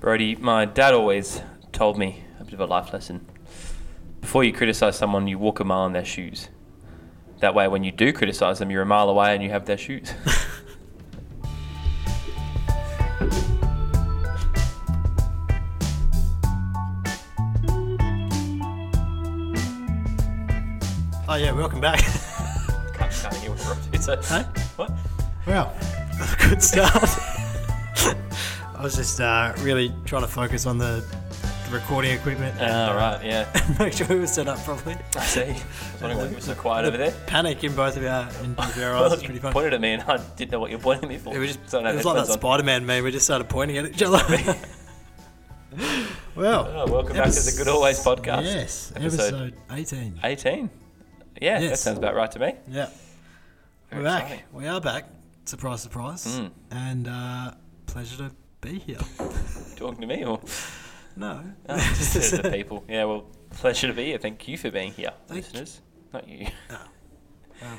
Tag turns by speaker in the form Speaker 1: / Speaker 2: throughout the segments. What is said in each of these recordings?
Speaker 1: Brody, my dad always told me a bit of a life lesson. Before you criticize someone, you walk a mile in their shoes. That way, when you do criticize them, you're a mile away and you have their shoes.
Speaker 2: Oh yeah, welcome back.
Speaker 1: can't, can't hear what Brody said.
Speaker 2: Huh?
Speaker 1: What?
Speaker 2: Wow, good start. I was just uh, really trying to focus on the the recording equipment and
Speaker 1: Ah, right, yeah.
Speaker 2: make sure we were set up properly.
Speaker 1: I see. I was wondering why you were so quiet over there.
Speaker 2: Panic in both of our in both of our eyes.
Speaker 1: Well,
Speaker 2: It's
Speaker 1: you
Speaker 2: pretty funny.
Speaker 1: pointed at me and I didn't know what you were pointing at me for.
Speaker 2: It was just
Speaker 1: So I
Speaker 2: it
Speaker 1: had
Speaker 2: was like that
Speaker 1: headphones on.
Speaker 2: Spider-Man meme. We just started pointing at each other. well,
Speaker 1: Oh, welcome back to the Good Always podcast.
Speaker 2: yes,
Speaker 1: Episode-
Speaker 2: episode eighteen.
Speaker 1: 18. Yeah, that
Speaker 2: Yes.
Speaker 1: sounds about right to me.
Speaker 2: Yeah.
Speaker 1: Very
Speaker 2: We're back.
Speaker 1: exciting. Hmm.
Speaker 2: We are back. Surprise, surprise. And uh, pleasure to be here.
Speaker 1: Talking to me or
Speaker 2: No.
Speaker 1: no, Oh, just to the people. Yeah, well, pleasure to be here. Thank you for being here,
Speaker 2: Thank
Speaker 1: listeners. Not you.
Speaker 2: Ah.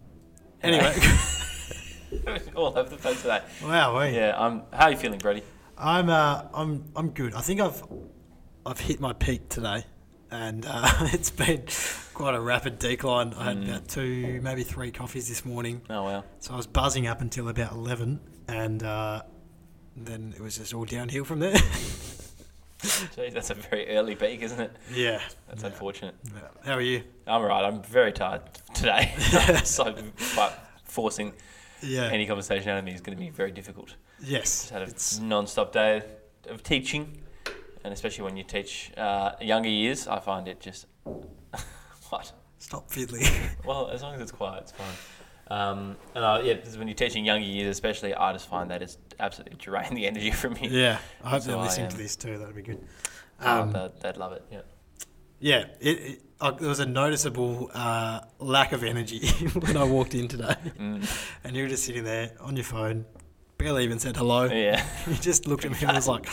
Speaker 2: Anyway,
Speaker 1: All over the place today.
Speaker 2: wow. We,
Speaker 1: Yeah, I'm. How are you feeling, Brody?
Speaker 2: I'm uh, I'm I'm good. I think I've I've hit my peak today, and uh, it's been quite a rapid decline. I
Speaker 1: Hmm.
Speaker 2: had about two, maybe three coffees this morning,
Speaker 1: Oh wow.
Speaker 2: so I was buzzing up until about eleven, and uh, then it was just all downhill from there.
Speaker 1: Jeez, that's a very early peak, isn't it?
Speaker 2: yeah.
Speaker 1: That's unfortunate.
Speaker 2: Yeah. How are you?
Speaker 1: I'm alright. I'm very tired today. I'm so, but forcing
Speaker 2: Yeah.
Speaker 1: any conversation out of me is going to be very difficult.
Speaker 2: yes.
Speaker 1: Just had a
Speaker 2: It's-
Speaker 1: non-stop day of teaching, and especially when you teach uh, younger years, I find it just what.
Speaker 2: stop fiddling.
Speaker 1: Well, as long as it's quiet, it's fine. Um, and uh, yeah, 'cause when you're teaching younger years, especially, I just find that it's absolutely drain the energy from you.
Speaker 2: Yeah, I hope
Speaker 1: So
Speaker 2: they're
Speaker 1: I
Speaker 2: listening
Speaker 1: am-
Speaker 2: to this too. That'd be good.
Speaker 1: Um,
Speaker 2: Um,
Speaker 1: they'd, they'd love it. Yeah.
Speaker 2: yeah, it, it, I, there was a noticeable uh, lack of energy when I walked in today,
Speaker 1: Mm.
Speaker 2: and you were just sitting there on your phone, barely even said hello.
Speaker 1: Yeah.
Speaker 2: You just looked at me and was like,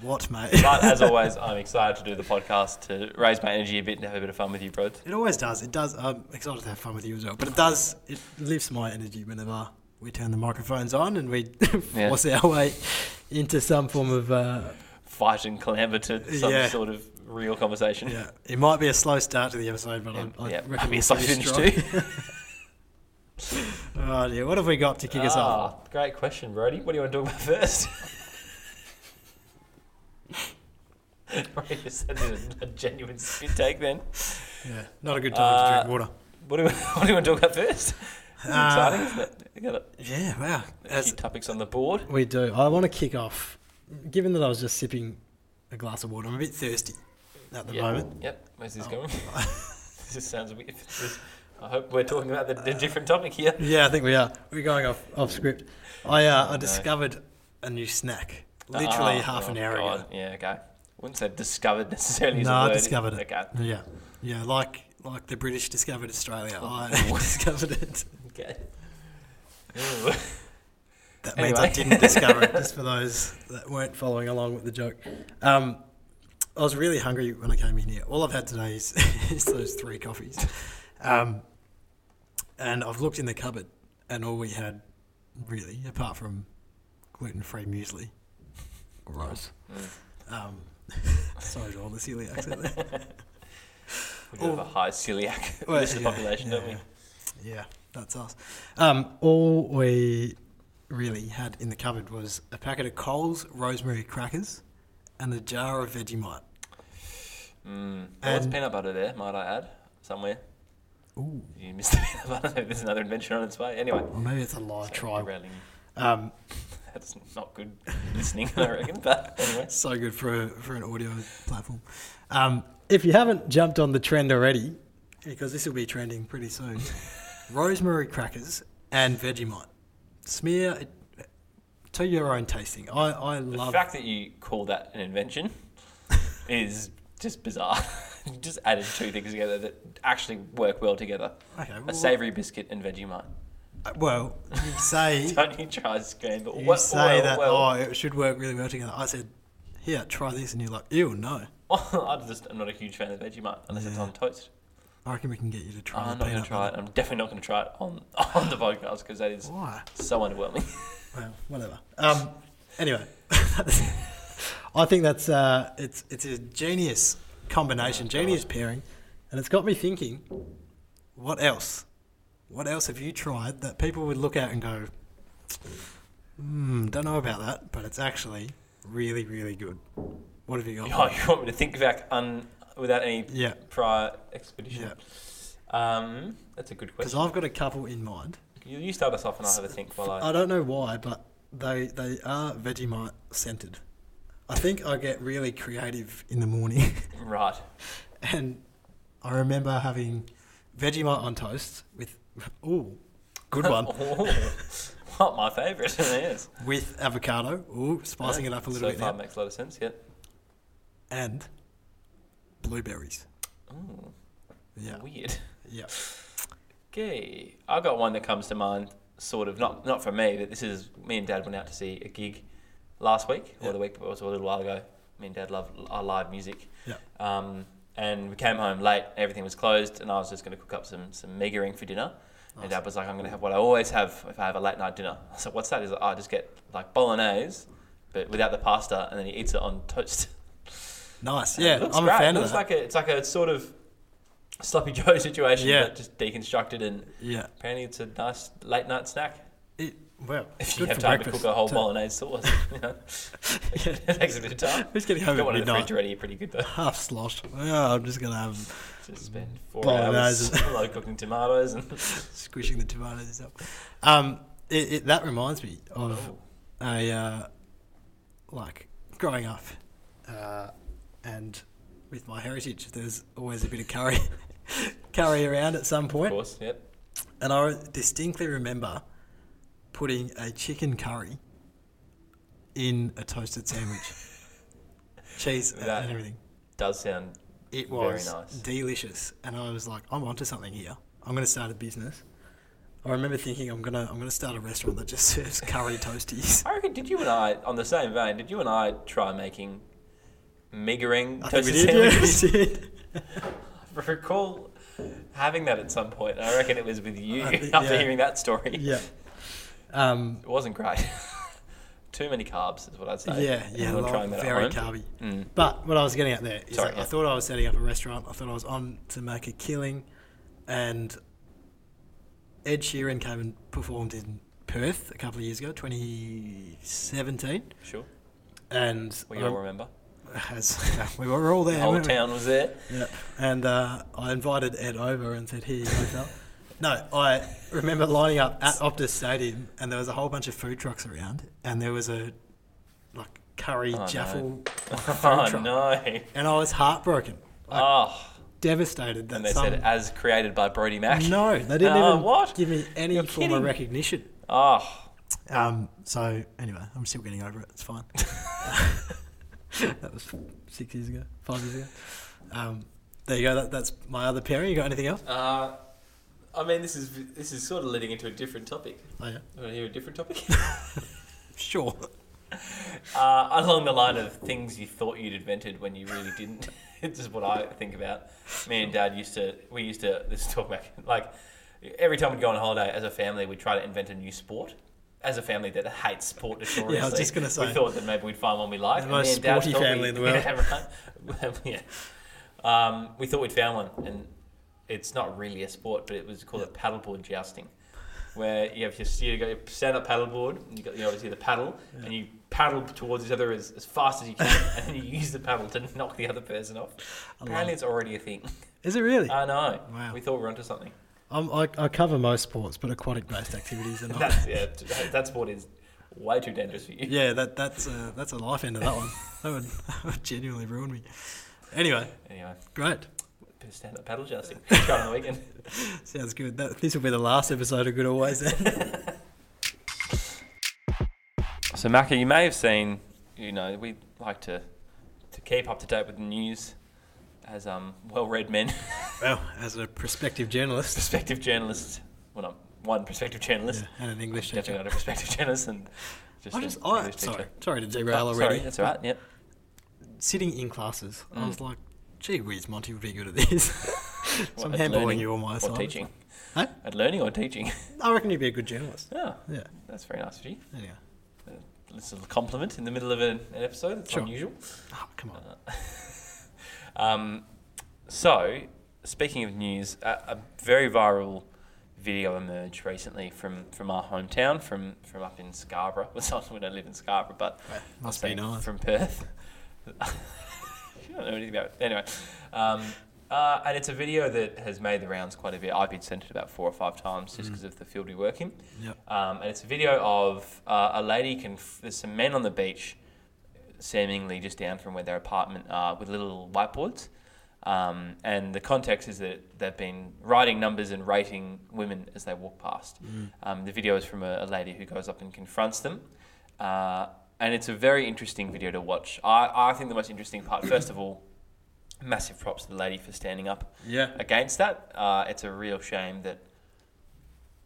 Speaker 2: "What, mate?"
Speaker 1: But as always, I'm excited to do the podcast to raise my energy a bit and have a bit of fun with you, bro.
Speaker 2: it always does. It does. I'm excited to have fun with you as well, but it does. It lifts my energy whenever we turn the microphones on and we
Speaker 1: Yeah.
Speaker 2: force our way into some form of. Uh,
Speaker 1: Fight and clamber to some
Speaker 2: Yeah.
Speaker 1: sort of real conversation.
Speaker 2: yeah, it might be a slow start to the episode, but I, I
Speaker 1: yeah.
Speaker 2: reckon
Speaker 1: Might be a
Speaker 2: we'll
Speaker 1: slow
Speaker 2: finish
Speaker 1: finish
Speaker 2: strong.
Speaker 1: too.
Speaker 2: Oh dear, what have we got to kick us off?
Speaker 1: Ah, great question, Brody. What do you want to talk about first? Brody just said it was a genuine spit take then.
Speaker 2: Yeah, not a good time
Speaker 1: Uh,
Speaker 2: to drink water.
Speaker 1: What do, we, what do you want to talk about first? This
Speaker 2: Uh,
Speaker 1: is exciting, isn't it? we got a
Speaker 2: Yeah, wow.
Speaker 1: few topics on the board.
Speaker 2: we do. I want to kick off, given that I was just sipping a glass of water, I'm a bit thirsty at the
Speaker 1: yep.
Speaker 2: moment. Oh.
Speaker 1: Yep. Where's this going? this sounds weird. This- I hope we're talking about the, the different topic here.
Speaker 2: Yeah, I think we are. We're going off, off script. I, uh, I
Speaker 1: no.
Speaker 2: discovered a new snack literally
Speaker 1: Ah,
Speaker 2: half
Speaker 1: oh
Speaker 2: an hour
Speaker 1: God.
Speaker 2: ago.
Speaker 1: Yeah, okay. Wouldn't say discovered necessarily. is
Speaker 2: No,
Speaker 1: a
Speaker 2: I
Speaker 1: word.
Speaker 2: discovered it.
Speaker 1: Okay.
Speaker 2: Yeah, yeah, like like the British discovered Australia.
Speaker 1: Oh.
Speaker 2: I discovered it.
Speaker 1: okay. Ooh.
Speaker 2: That means I
Speaker 1: Anyway.
Speaker 2: didn't discover it, just for those that weren't following along with the joke. Um, I was really hungry when I came in here. All I've had today is, is those three coffees. Um, and I've looked in the cupboard, and all we had, really, apart from gluten free muesli, gross. Um, sorry to all the celiacs out there.
Speaker 1: We do have a high celiac
Speaker 2: Well,
Speaker 1: list of
Speaker 2: yeah,
Speaker 1: population,
Speaker 2: yeah,
Speaker 1: don't we?
Speaker 2: Yeah, that's us. Um, all we really had in the cupboard was a packet of Coles rosemary crackers and a jar of Vegemite.
Speaker 1: Mm. Well, it's
Speaker 2: And-
Speaker 1: peanut butter there, might I add, somewhere. Ooh. You missed the peanut butter. There's another adventure on its way. Anyway.
Speaker 2: Well, maybe it's a lie try.
Speaker 1: Derailing.
Speaker 2: Um,
Speaker 1: That's not good listening, I reckon. But anyway.
Speaker 2: so good for a, for an audio platform. Um, if you haven't jumped on the trend already, because this will be trending pretty soon, rosemary crackers and Vegemite. Smear it to your own tasting. I, I
Speaker 1: The
Speaker 2: love
Speaker 1: fact that you call that an invention is just bizarre. you just added two things together that actually work well together.
Speaker 2: Okay, well,
Speaker 1: a savoury biscuit and Vegemite.
Speaker 2: Well, you say
Speaker 1: Don't you try and scramble.
Speaker 2: You
Speaker 1: Well,
Speaker 2: say
Speaker 1: well,
Speaker 2: that,
Speaker 1: well.
Speaker 2: oh, it should work really well together. I said, here, try this. And you're like, ew, no.
Speaker 1: I just, I'm not a huge fan of Vegemite unless it's
Speaker 2: Yeah. Ah,
Speaker 1: on toast.
Speaker 2: I reckon we can get you to try
Speaker 1: I'm
Speaker 2: the
Speaker 1: not going
Speaker 2: peanut
Speaker 1: to try it.
Speaker 2: butter.
Speaker 1: I'm definitely not going to try it on, on the podcast because that is
Speaker 2: Why?
Speaker 1: so underwhelming.
Speaker 2: Well, whatever. Um, anyway, I think that's uh, it's it's a genius combination,
Speaker 1: Oh,
Speaker 2: genius pairing, and it's got me thinking. What else? What else have you tried that people would look at and go, "Hmm, don't know about that," but it's actually really, really good. What have you got?
Speaker 1: Oh, you want me to think back un, without any
Speaker 2: Yeah.
Speaker 1: prior expedition?
Speaker 2: Yeah,
Speaker 1: Um, that's a good
Speaker 2: because
Speaker 1: question.
Speaker 2: I've got a couple in mind.
Speaker 1: You, you start us off and I'll have a think while I.
Speaker 2: I don't know why, but they they are Vegemite scented. I think I get really creative in the morning,
Speaker 1: Right.
Speaker 2: and I remember having Vegemite on toast with ooh, good one
Speaker 1: Oh, not my favourite. yes.
Speaker 2: with avocado. Ooh, spicing it up a little
Speaker 1: so
Speaker 2: bit,
Speaker 1: far
Speaker 2: there.
Speaker 1: makes a lot of sense. Yeah.
Speaker 2: and blueberries.
Speaker 1: Ooh,
Speaker 2: Yeah,
Speaker 1: Weird.
Speaker 2: yeah.
Speaker 1: Okay, I got one that comes to mind, sort of not not for me, but this is me and Dad went out to see a gig last week or
Speaker 2: Yeah.
Speaker 1: the week before, so a little while ago. Me and Dad love our live music.
Speaker 2: Yeah.
Speaker 1: Um, and we came home late. Everything was closed, and I was just going to cook up some some meagering for dinner. And Dad was like, "I'm going to have what I always have if I have a late night dinner." I said, "What's that?" He's like, oh, "I just get like bolognese, but without the pasta, and then he eats it on toast."
Speaker 2: Nice.
Speaker 1: And
Speaker 2: Yeah,
Speaker 1: it looks
Speaker 2: I'm
Speaker 1: great.
Speaker 2: a fan
Speaker 1: it
Speaker 2: of
Speaker 1: looks
Speaker 2: that.
Speaker 1: like a, it's like a sort of sloppy Joe situation,
Speaker 2: Yeah.
Speaker 1: but just deconstructed and
Speaker 2: yeah.
Speaker 1: Apparently, it's a nice late night snack
Speaker 2: It, well,
Speaker 1: if you
Speaker 2: good
Speaker 1: have
Speaker 2: for
Speaker 1: time to
Speaker 2: breakfast,
Speaker 1: cook a whole
Speaker 2: too.
Speaker 1: bolognese sauce. You know, it takes a bit of time.
Speaker 2: Who's getting
Speaker 1: You
Speaker 2: home
Speaker 1: got
Speaker 2: at
Speaker 1: one in the
Speaker 2: midnight?
Speaker 1: fridge already, you're pretty good though.
Speaker 2: Half slosh. Yeah, I'm just gonna have
Speaker 1: Just spend four
Speaker 2: Bolognese.
Speaker 1: hours low cooking tomatoes and
Speaker 2: squishing the tomatoes up. Um, it, it, that reminds me of
Speaker 1: Oh.
Speaker 2: a uh, like growing up, uh, and with my heritage, there's always a bit of curry, curry around at some
Speaker 1: of
Speaker 2: point.
Speaker 1: course, yep.
Speaker 2: And I distinctly remember putting a chicken curry in a toasted sandwich, cheese and-
Speaker 1: That-
Speaker 2: and everything.
Speaker 1: Does sound
Speaker 2: It
Speaker 1: Very
Speaker 2: was
Speaker 1: nice.
Speaker 2: delicious, and I was like, I'm onto something here. I'm going to start a business. I remember thinking I'm gonna I'm gonna start a restaurant that just serves curry toasties.
Speaker 1: I reckon. Did you and I, on the same vein, did you and I try making meagering
Speaker 2: I think we
Speaker 1: toasted
Speaker 2: did,
Speaker 1: sandwiches?
Speaker 2: yeah, we did.
Speaker 1: I recall having that at some point. I reckon it was with you
Speaker 2: I think-
Speaker 1: after
Speaker 2: yeah.
Speaker 1: hearing that story.
Speaker 2: Yeah. Um,
Speaker 1: It wasn't great. Too many carbs is what I'd say.
Speaker 2: yeah, yeah,
Speaker 1: Anyone
Speaker 2: like,
Speaker 1: trying that at
Speaker 2: very
Speaker 1: home?
Speaker 2: carby.
Speaker 1: Mm.
Speaker 2: But what I was getting at there is
Speaker 1: Sorry,
Speaker 2: that
Speaker 1: yeah.
Speaker 2: I thought I was setting up a restaurant. I thought I was on to make a killing, and Ed Sheeran came and performed in Perth a couple of years ago, 2017,
Speaker 1: Sure.
Speaker 2: and
Speaker 1: We
Speaker 2: I
Speaker 1: all remember.
Speaker 2: as uh, we were all there.
Speaker 1: the whole
Speaker 2: weren't Um, we?
Speaker 1: town was there.
Speaker 2: Yeah. And uh, I invited Ed over and said, "Here you go, Phil." No, I remember lining up at Optus Stadium, and there was a whole bunch of food trucks around, and there was a like curry
Speaker 1: Oh, no.
Speaker 2: jaffle food
Speaker 1: Oh
Speaker 2: truck,
Speaker 1: no.
Speaker 2: and I was heartbroken, like,
Speaker 1: Oh,
Speaker 2: devastated that
Speaker 1: and they
Speaker 2: some.
Speaker 1: said as created by Brody Mack.
Speaker 2: no, they didn't
Speaker 1: Oh,
Speaker 2: even
Speaker 1: what?
Speaker 2: give me any
Speaker 1: You're
Speaker 2: form
Speaker 1: kidding.
Speaker 2: of recognition.
Speaker 1: Oh,
Speaker 2: Um, so anyway, I'm still getting over it. It's fine. that was six years ago, five years ago. Um, there you go. That, that's my other pairing. You got anything else?
Speaker 1: uh, I mean, this is this is sort of leading into a different topic.
Speaker 2: Oh yeah,
Speaker 1: Want to hear a different topic?
Speaker 2: sure.
Speaker 1: uh, along the line of things you thought you'd invented when you really didn't. this is what I think about. Me and Dad used to. We used to. This is talk back. Like every time we'd go on holiday as a family, we'd try to invent a new sport. As a family that hates sport notoriously,
Speaker 2: Yeah, I was just gonna say.
Speaker 1: we thought that maybe we'd find one we liked.
Speaker 2: The most
Speaker 1: me and Dad
Speaker 2: sporty
Speaker 1: thought
Speaker 2: family
Speaker 1: we-
Speaker 2: in the world.
Speaker 1: Yeah, right. yeah. Um, we thought we'd found one, and it's not really a sport, but it was called a paddleboard jousting, where you have your you got your stand-up paddleboard, and you got you obviously the paddle, and you paddle towards each other as, as fast as you can, and then you use the paddle to knock the other person off. Apparently, it's already a thing.
Speaker 2: Is it really?
Speaker 1: I know.
Speaker 2: Wow.
Speaker 1: We thought we were onto something.
Speaker 2: Uh, I'm, I, I cover most sports, but aquatic-based activities are not.
Speaker 1: That's, yeah, t- that- that sport is way too dangerous for you.
Speaker 2: yeah, that that's a, that's a life end of that one. That would, that would genuinely ruin me. Anyway,
Speaker 1: Anyway,
Speaker 2: great.
Speaker 1: bit of stand-up paddle jousting. Try it on the weekend.
Speaker 2: Sounds good. That, this will be the last episode of Good Always. Then.
Speaker 1: So, Maka, you may have seen, you know, we like to to keep up to date with the news as um, well-read men,
Speaker 2: well, as a prospective journalist
Speaker 1: prospective journalists. Well, I'm one prospective journalist.
Speaker 2: yeah, and an English
Speaker 1: Definitely
Speaker 2: teacher,
Speaker 1: not a prospective journalist, and just
Speaker 2: I
Speaker 1: an
Speaker 2: just I,
Speaker 1: English teacher.
Speaker 2: sorry, sorry to derail
Speaker 1: Oh,
Speaker 2: already.
Speaker 1: sorry, that's all right. Yep.
Speaker 2: sitting in classes, I was
Speaker 1: Mm.
Speaker 2: like, gee whiz, Monty would be good at this. so I'm
Speaker 1: At
Speaker 2: handballing
Speaker 1: learning
Speaker 2: you on my
Speaker 1: Or
Speaker 2: side.
Speaker 1: teaching.
Speaker 2: Huh?
Speaker 1: At learning or teaching.
Speaker 2: I reckon you'd be a good journalist.
Speaker 1: oh,
Speaker 2: Yeah.
Speaker 1: that's very nice of you.
Speaker 2: Anyway.
Speaker 1: this is a compliment in the middle of an, an episode. It's
Speaker 2: Sure.
Speaker 1: unusual.
Speaker 2: Oh, come
Speaker 1: Uh,
Speaker 2: on.
Speaker 1: Um, so, speaking of news, a, a very viral video emerged recently from, from our hometown, from, from up in Scarborough. Well, we don't live in Scarborough, but
Speaker 2: Must be
Speaker 1: say
Speaker 2: nice.
Speaker 1: from Perth. you don't know anything about it. Anyway, um, uh, and it's a video that has made the rounds quite a bit. I've been sent it about four or five times
Speaker 2: Mm.
Speaker 1: just because of the field we work in.
Speaker 2: Yep.
Speaker 1: Um, and it's a video of uh, a lady conf- there's some men on the beach, seemingly just down from where their apartment are, with little whiteboards. Um, and the context is that they've been writing numbers and rating women as they walk past. Um, the video is from a, a lady who goes up and confronts them. Uh, and it's a very interesting video to watch. I, I think the most interesting part, first of all, massive props to the lady for standing up
Speaker 2: Yeah.
Speaker 1: against that. Uh, it's a real shame that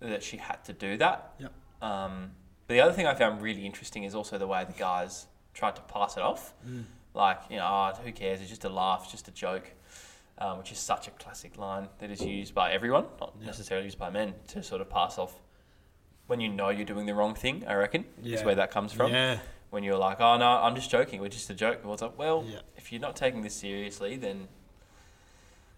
Speaker 1: that she had to do that.
Speaker 2: Yep.
Speaker 1: Um, but the other thing I found really interesting is also the way the guys tried to pass it off,
Speaker 2: Mm.
Speaker 1: like you know, oh, who cares? It's just a laugh, it's just a joke, um, which is such a classic line that is used by everyone, not necessarily used by men, to sort of pass off when you know you're doing the wrong thing. I reckon is
Speaker 2: Yeah.
Speaker 1: where that comes from
Speaker 2: Yeah.
Speaker 1: when you're like, oh no, I'm just joking, we're just a joke. Well, it's like, well,
Speaker 2: Yeah.
Speaker 1: if you're not taking this seriously, then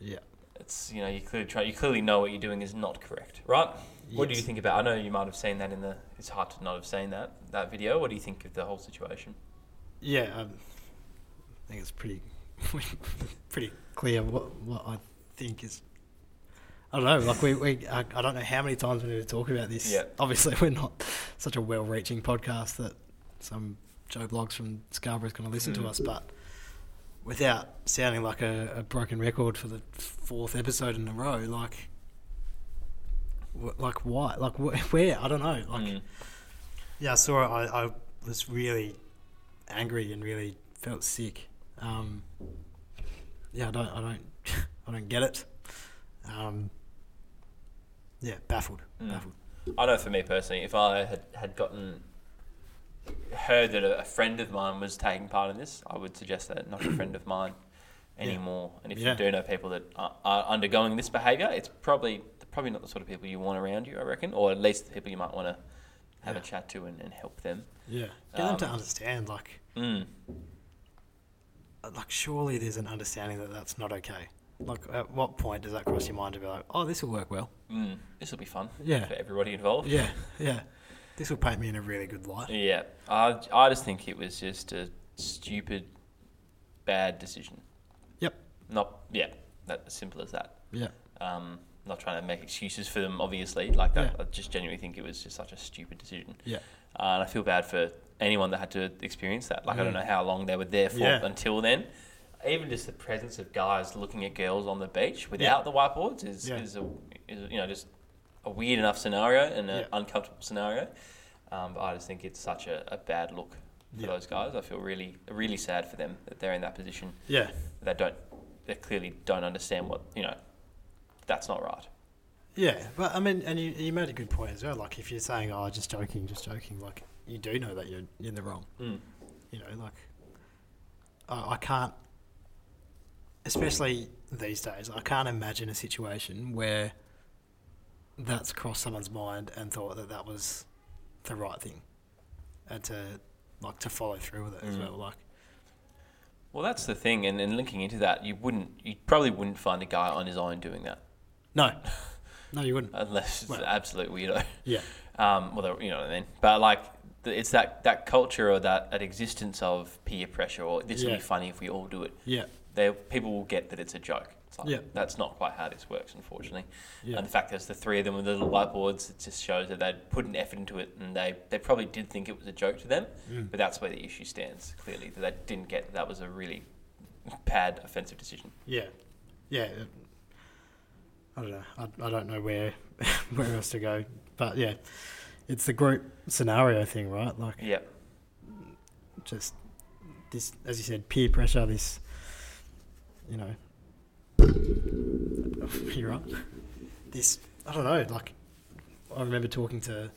Speaker 2: Yeah.
Speaker 1: it's you know you clearly try, you clearly know what you're doing is not correct, right? What do you
Speaker 2: Yes.
Speaker 1: think about? I know you might have seen that in the. It's hard to not have seen that that video. What do you think of the whole situation?
Speaker 2: Yeah. Um, I think it's pretty, pretty clear what what I think is. I don't know. Like we, we I, I don't know how many times we need to talk about this.
Speaker 1: Yeah.
Speaker 2: Obviously, we're not such a well-reaching podcast that some Joe blogs from Scarborough is going to listen
Speaker 1: Mm.
Speaker 2: to us, but. Without sounding like a, a broken record for the fourth episode in a row, like, wh- like why, like wh- where? I don't know. Like,
Speaker 1: Mm.
Speaker 2: yeah, I saw it. I, I was really angry and really felt sick. Um, yeah, I don't, I don't, I don't get it. Um, yeah, baffled,
Speaker 1: Mm.
Speaker 2: baffled.
Speaker 1: I know for me personally, if I had, had gotten heard that a, a friend of mine was taking part in this, I would suggest that not a friend of mine
Speaker 2: Yeah.
Speaker 1: anymore. And if
Speaker 2: Yeah.
Speaker 1: you do know people that are, are undergoing this behaviour, it's probably probably not the sort of people you want around you, I reckon, or at least the people you might want to have
Speaker 2: Yeah.
Speaker 1: a chat to and, and help them.
Speaker 2: Yeah, get them to
Speaker 1: Um,
Speaker 2: understand. Like,
Speaker 1: Mm.
Speaker 2: like surely there's an understanding that that's not okay. Like, at what point does that cross your mind to be like, oh, this will work well?
Speaker 1: Mm. This will be fun
Speaker 2: Yeah.
Speaker 1: for everybody involved.
Speaker 2: Yeah, yeah. This will paint me in a really good light.
Speaker 1: Yeah, I, I just think it was just a stupid, bad decision.
Speaker 2: Yep.
Speaker 1: Not yeah, that as simple as that.
Speaker 2: Yeah.
Speaker 1: Um, not trying to make excuses for them, obviously. Like that, I
Speaker 2: Yeah.
Speaker 1: just genuinely think it was just such a stupid decision,
Speaker 2: Yeah.
Speaker 1: uh, and I feel bad for anyone that had to experience that. Like I don't
Speaker 2: Mm.
Speaker 1: know how long they were there for
Speaker 2: Yeah.
Speaker 1: until then. Even just the presence of guys looking at girls on the beach without the whiteboards is,
Speaker 2: Yeah.
Speaker 1: is, a, is you know just a weird enough scenario and an
Speaker 2: Yeah.
Speaker 1: uncomfortable scenario. Um, but I just think it's such a, a bad look for
Speaker 2: Yeah.
Speaker 1: those guys. I feel really really sad for them that they're in that position.
Speaker 2: Yeah.
Speaker 1: They don't they clearly don't understand what you know. That's not right.
Speaker 2: Yeah, but I mean, and you, you made a good point as well. Like, if you're saying, "Oh, just joking, just joking," like you do know that you're in the wrong. You know, like I, I can't, especially these days, I can't imagine a situation where that's crossed someone's mind and thought that that was the right thing, and to like to follow through with it as
Speaker 1: Mm.
Speaker 2: well. Like,
Speaker 1: Well, that's the thing, and, and linking into that, you wouldn't, you probably wouldn't find a guy on his own doing that
Speaker 2: no, no, you wouldn't.
Speaker 1: unless it's
Speaker 2: Well-
Speaker 1: an absolute weirdo.
Speaker 2: Yeah,
Speaker 1: Um, well, they- you know what I mean. But like, th- it's that that culture or that, that existence of peer pressure, or this will
Speaker 2: Yeah.
Speaker 1: be funny if we all do it.
Speaker 2: yeah,
Speaker 1: They people will get that it's a joke. It's like,
Speaker 2: Yeah.
Speaker 1: That's not quite how this works, unfortunately.
Speaker 2: yeah,
Speaker 1: And the fact there's the three of them with the little whiteboards, it just shows that they'd put an effort into it, and they they probably did think it was a joke to them.
Speaker 2: Mm.
Speaker 1: But that's where the issue stands clearly. That they didn't get that, that was a really bad offensive decision.
Speaker 2: Yeah, yeah. it- I don't know. I, I don't know where where else to go, but yeah, it's the group scenario thing, right? Like
Speaker 1: Yeah.
Speaker 2: just this, as you said, peer pressure. This, you know, you're right. This, I don't know. Like I remember talking to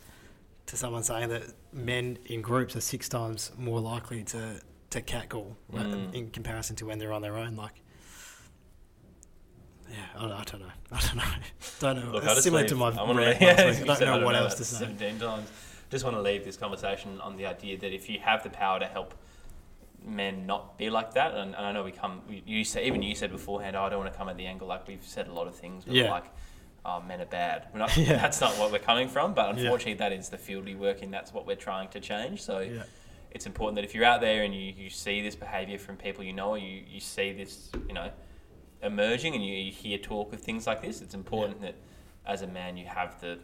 Speaker 2: to someone saying that men in groups are six times more likely to to catcall right,
Speaker 1: Mm.
Speaker 2: in comparison to when they're on their own. Like, yeah, I, don't- I don't know. I don't know. Don't know.
Speaker 1: Look,
Speaker 2: It's
Speaker 1: I just
Speaker 2: similar
Speaker 1: leave-
Speaker 2: to my
Speaker 1: I wanna
Speaker 2: rant
Speaker 1: leave-
Speaker 2: last
Speaker 1: you
Speaker 2: week. I
Speaker 1: said
Speaker 2: don't know what else
Speaker 1: that
Speaker 2: to say.
Speaker 1: Seventeen times. just want to leave this conversation on the idea that if you have the power to help men not be like that, and, and I know we come, we- you say, even you said beforehand, oh, I don't want to come at the angle like we've said a lot of things, but
Speaker 2: Yeah.
Speaker 1: like, oh, men are bad. We're not,
Speaker 2: Yeah.
Speaker 1: That's not what we're coming from, but
Speaker 2: Yeah.
Speaker 1: unfortunately, that is the field we work in. That's what we're trying to change. So
Speaker 2: Yeah.
Speaker 1: it's important that if you're out there and you, you see this behavior from people you know, or you, you see this, you know, emerging and you, you hear talk of things like this, it's important that as a man you have the,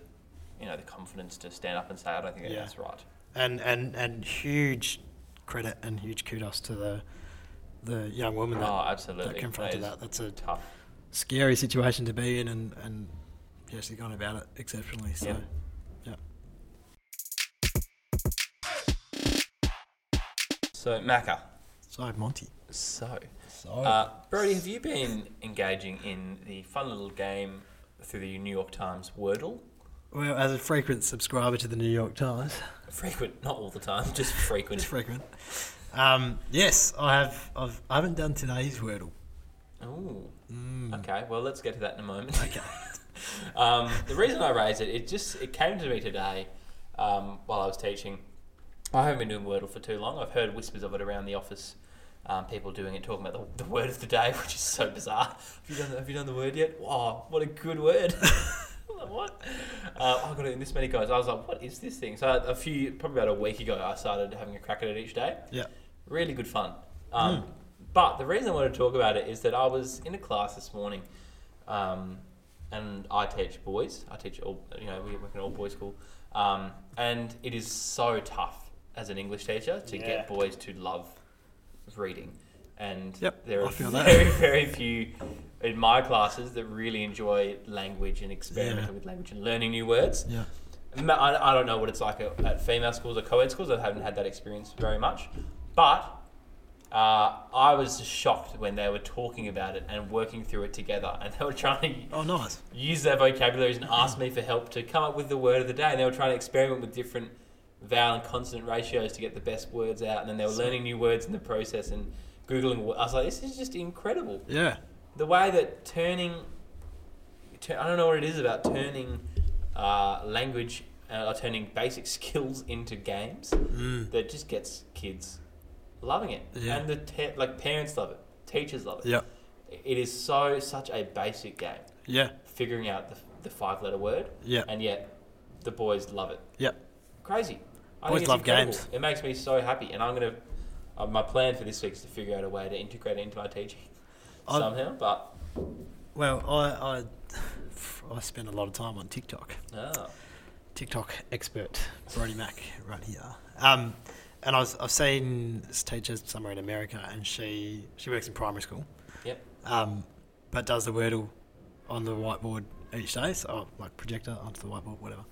Speaker 1: you know, the confidence to stand up and say, I don't think that
Speaker 2: Yeah.
Speaker 1: that's right.
Speaker 2: and and and huge credit and huge kudos to the the young woman that,
Speaker 1: oh,
Speaker 2: that
Speaker 1: absolutely.
Speaker 2: confronted
Speaker 1: is
Speaker 2: that. That's a
Speaker 1: Tough.
Speaker 2: scary situation to be in, and and yeah, she's gone about it exceptionally. So,
Speaker 1: Yeah.
Speaker 2: yeah,
Speaker 1: So, Macca.
Speaker 2: so Monty.
Speaker 1: So,
Speaker 2: So
Speaker 1: uh, Brody, have you been engaging in the fun little game through the New York Times Wordle?
Speaker 2: well, as a frequent subscriber to the New York Times,
Speaker 1: Frequent, not all the time, just
Speaker 2: it's
Speaker 1: frequent.
Speaker 2: frequent. Um, yes, I have. I've, I haven't done today's Wordle.
Speaker 1: Ooh. Okay, well, let's get to that in a moment.
Speaker 2: Okay.
Speaker 1: um, the reason I raised it, it just it came to me today um, while I was teaching. I haven't been doing Wordle for too long. I've heard whispers of it around the office. Um, people doing it, talking about the, the word of the day, which is so bizarre. Have you done the, Have you done the word yet? Wow, what a good word! I'm like, what? Uh, I got it in this many guys. I was like, what is this thing? So a few, probably about a week ago, I started having a crack at it each day
Speaker 2: Yeah.
Speaker 1: really good fun. Um, But the reason I wanted to talk about it is that I was in a class this morning, um, and I teach boys. I teach all, you know, we work in an all boys school, um, and it is so tough as an English teacher to
Speaker 2: Yeah.
Speaker 1: get boys to love reading. And
Speaker 2: Yep,
Speaker 1: there
Speaker 2: I
Speaker 1: are
Speaker 2: feel that.
Speaker 1: very, very few in my classes that really enjoy language and experimenting with language and learning new words.
Speaker 2: Yeah.
Speaker 1: Ma- I, I don't know what it's like at, at female schools or co-ed schools. I haven't had that experience very much, but uh, I was just shocked when they were talking about it and working through it together, and they were trying to
Speaker 2: Oh, nice.
Speaker 1: use their vocabularies and ask me for help to come up with the word of the day. And they were trying to experiment with different vowel and consonant ratios to get the best words out, and then they were
Speaker 2: So-
Speaker 1: learning new words in the process and googling. wo- I was like, this is just incredible
Speaker 2: Yeah.
Speaker 1: the way that turning, tu- I don't know what it is about turning uh, language uh, or turning basic skills into games
Speaker 2: Mm.
Speaker 1: that just gets kids loving it,
Speaker 2: Yeah.
Speaker 1: and the te- like parents love it, teachers love it.
Speaker 2: Yeah.
Speaker 1: It is so such a basic game,
Speaker 2: Yeah.
Speaker 1: figuring out the, the five letter word,
Speaker 2: Yeah.
Speaker 1: and yet the boys love it
Speaker 2: Yeah.
Speaker 1: crazy. I
Speaker 2: Boys
Speaker 1: think it's
Speaker 2: love
Speaker 1: incredible.
Speaker 2: games.
Speaker 1: It makes me so happy, and I'm gonna. Uh, my plan for this week is to figure out a way to integrate it into my teaching
Speaker 2: I-
Speaker 1: somehow, but.
Speaker 2: Well, I, I I spend a lot of time on TikTok.
Speaker 1: ah.
Speaker 2: TikTok expert Brody Mack right here. Um, and I was, I've seen this teacher somewhere in America, and she she works in primary school,
Speaker 1: Yep.
Speaker 2: um, but does the Wordle on the whiteboard each day, so oh, like projector onto the whiteboard, whatever.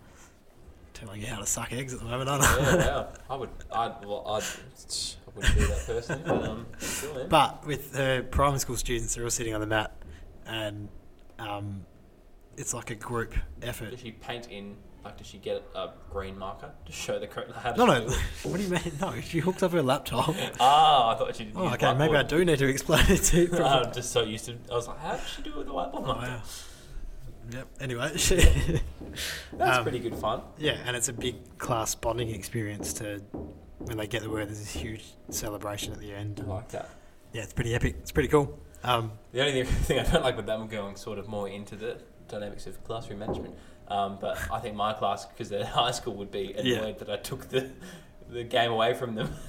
Speaker 2: Telling you how to suck eggs at the moment, aren't I?
Speaker 1: yeah, wow. I would. I'd, well, I'd, I wouldn't do that personally, but um, sure, man.
Speaker 2: But with the primary school students, they're all sitting on the mat, and um, it's like a group effort.
Speaker 1: does she paint in? Like, does she get a green marker to show the correct? How does
Speaker 2: No,
Speaker 1: she
Speaker 2: no.
Speaker 1: do it?
Speaker 2: what do you mean? No, she hooked up her laptop.
Speaker 1: Ah, I thought she did.
Speaker 2: Oh,
Speaker 1: use
Speaker 2: okay. Maybe I
Speaker 1: whiteboard.
Speaker 2: do need to explain it to you. properly.
Speaker 1: I'm Oh, just so used to. I was like, how does she do it with the whiteboard marker?
Speaker 2: Wow. Yep. Anyway, she-
Speaker 1: That's
Speaker 2: Um,
Speaker 1: pretty good fun.
Speaker 2: yeah, and it's a big class bonding experience to when they get the word. There's this huge celebration at the
Speaker 1: I
Speaker 2: end.
Speaker 1: like that.
Speaker 2: Yeah, it's pretty epic. It's pretty cool. Um,
Speaker 1: The only thing- thing I don't like with them going sort of more into the dynamics of classroom management, um, but I think my class, because they're in high school, would be annoyed
Speaker 2: Yeah.
Speaker 1: that I took the the game away from them.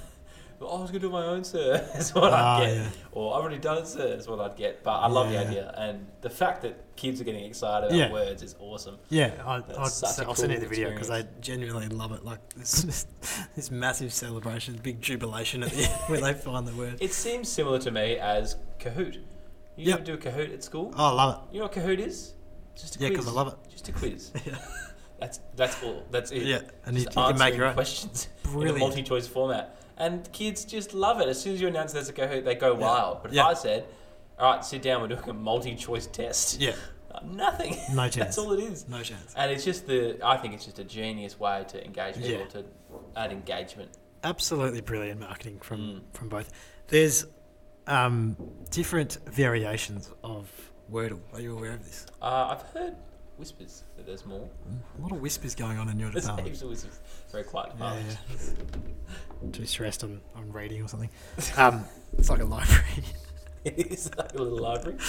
Speaker 1: But I was going to do my own, sir. Is what
Speaker 2: Ah,
Speaker 1: I'd get,
Speaker 2: yeah.
Speaker 1: or I've already done it, sir. Is what I'd get. But I love
Speaker 2: Yeah.
Speaker 1: the idea, and the fact that kids are getting excited about
Speaker 2: Yeah.
Speaker 1: words is awesome.
Speaker 2: yeah, I,
Speaker 1: That's
Speaker 2: I'll,
Speaker 1: such a
Speaker 2: I'll send you
Speaker 1: cool
Speaker 2: the video because I
Speaker 1: experience.
Speaker 2: genuinely love it. Like this, this massive celebration, big jubilation at the end when they find the word.
Speaker 1: It seems similar to me as Kahoot. You
Speaker 2: Yep.
Speaker 1: ever do a Kahoot at school?
Speaker 2: Oh, I love
Speaker 1: You know what Kahoot is? Just a
Speaker 2: it. Yeah,
Speaker 1: quiz.
Speaker 2: because I love
Speaker 1: Just a quiz.
Speaker 2: it. Yeah,
Speaker 1: That's that's all. That's it.
Speaker 2: yeah. and you,
Speaker 1: Just
Speaker 2: you can make
Speaker 1: answering
Speaker 2: your own.
Speaker 1: questions in a
Speaker 2: Brilliant.
Speaker 1: multi-choice format, and kids just love it. As soon as you announce there's a Kahoot, they go
Speaker 2: Yeah.
Speaker 1: wild. But if
Speaker 2: Yeah.
Speaker 1: I said, "All right, sit down, we're doing a multi-choice test,"
Speaker 2: Yeah,
Speaker 1: Uh, nothing.
Speaker 2: No
Speaker 1: That's
Speaker 2: chance.
Speaker 1: all it is.
Speaker 2: no chance.
Speaker 1: And it's just the. I think it's just a genius way to engage people
Speaker 2: Yeah.
Speaker 1: to add engagement.
Speaker 2: absolutely brilliant marketing from
Speaker 1: Mm.
Speaker 2: from both. There's um, different variations of Wordle. Are you aware of this?
Speaker 1: Uh, I've heard. whispers that there's more.
Speaker 2: A lot of whispers going on in your
Speaker 1: There's
Speaker 2: department.
Speaker 1: heaps of whispers. Very quiet
Speaker 2: Yeah,
Speaker 1: department.
Speaker 2: yeah. Too stressed on, on reading or something. Um, it's like a library.
Speaker 1: it is like a little library.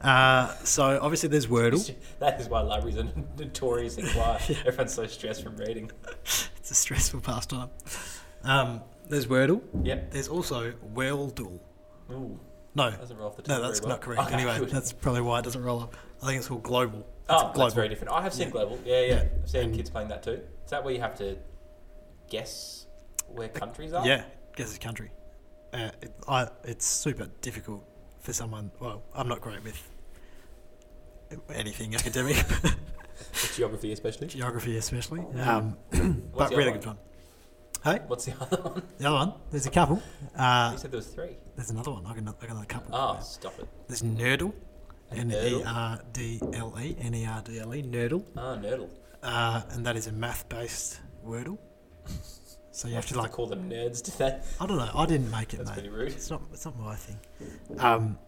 Speaker 2: Uh, so obviously there's Wordle.
Speaker 1: That is why libraries are notoriously quiet. Everyone's so stressed from reading.
Speaker 2: It's a stressful pastime. Um, there's Wordle.
Speaker 1: Yep.
Speaker 2: There's also Weldle.
Speaker 1: Ooh,
Speaker 2: No,
Speaker 1: doesn't roll off the tongue
Speaker 2: no, that's
Speaker 1: very well.
Speaker 2: not correct.
Speaker 1: Okay,
Speaker 2: anyway,
Speaker 1: good.
Speaker 2: that's probably why it doesn't roll up. I think it's called Global. That's
Speaker 1: oh, that's very different. I have seen
Speaker 2: Yeah.
Speaker 1: global. Yeah, yeah.
Speaker 2: Yeah.
Speaker 1: I've seen
Speaker 2: And-
Speaker 1: kids playing that too. Is that where you have to guess where countries are?
Speaker 2: Yeah, guess it's country. Uh, it, I, it's super difficult for someone. Well, I'm not great with anything academic,
Speaker 1: With geography, especially.
Speaker 2: geography especially, um,
Speaker 1: What's
Speaker 2: but
Speaker 1: the
Speaker 2: really
Speaker 1: other
Speaker 2: good fun. Hey,
Speaker 1: What's the other one?
Speaker 2: the other one. There's a couple.
Speaker 1: You
Speaker 2: Uh,
Speaker 1: said there was three.
Speaker 2: there's another one. I got another, I got another couple.
Speaker 1: Oh, stop it.
Speaker 2: There's Nerdle. N
Speaker 1: Nerdle.
Speaker 2: e r d l e n e r d l e Nerdle.
Speaker 1: Ah, Nerdle.
Speaker 2: uh, and that is a math-based Wordle. So you have
Speaker 1: Just
Speaker 2: to like,
Speaker 1: call them nerds to that.
Speaker 2: I don't know. I didn't make it,
Speaker 1: That's
Speaker 2: mate.
Speaker 1: pretty rude.
Speaker 2: It's not. It's not my thing. Um,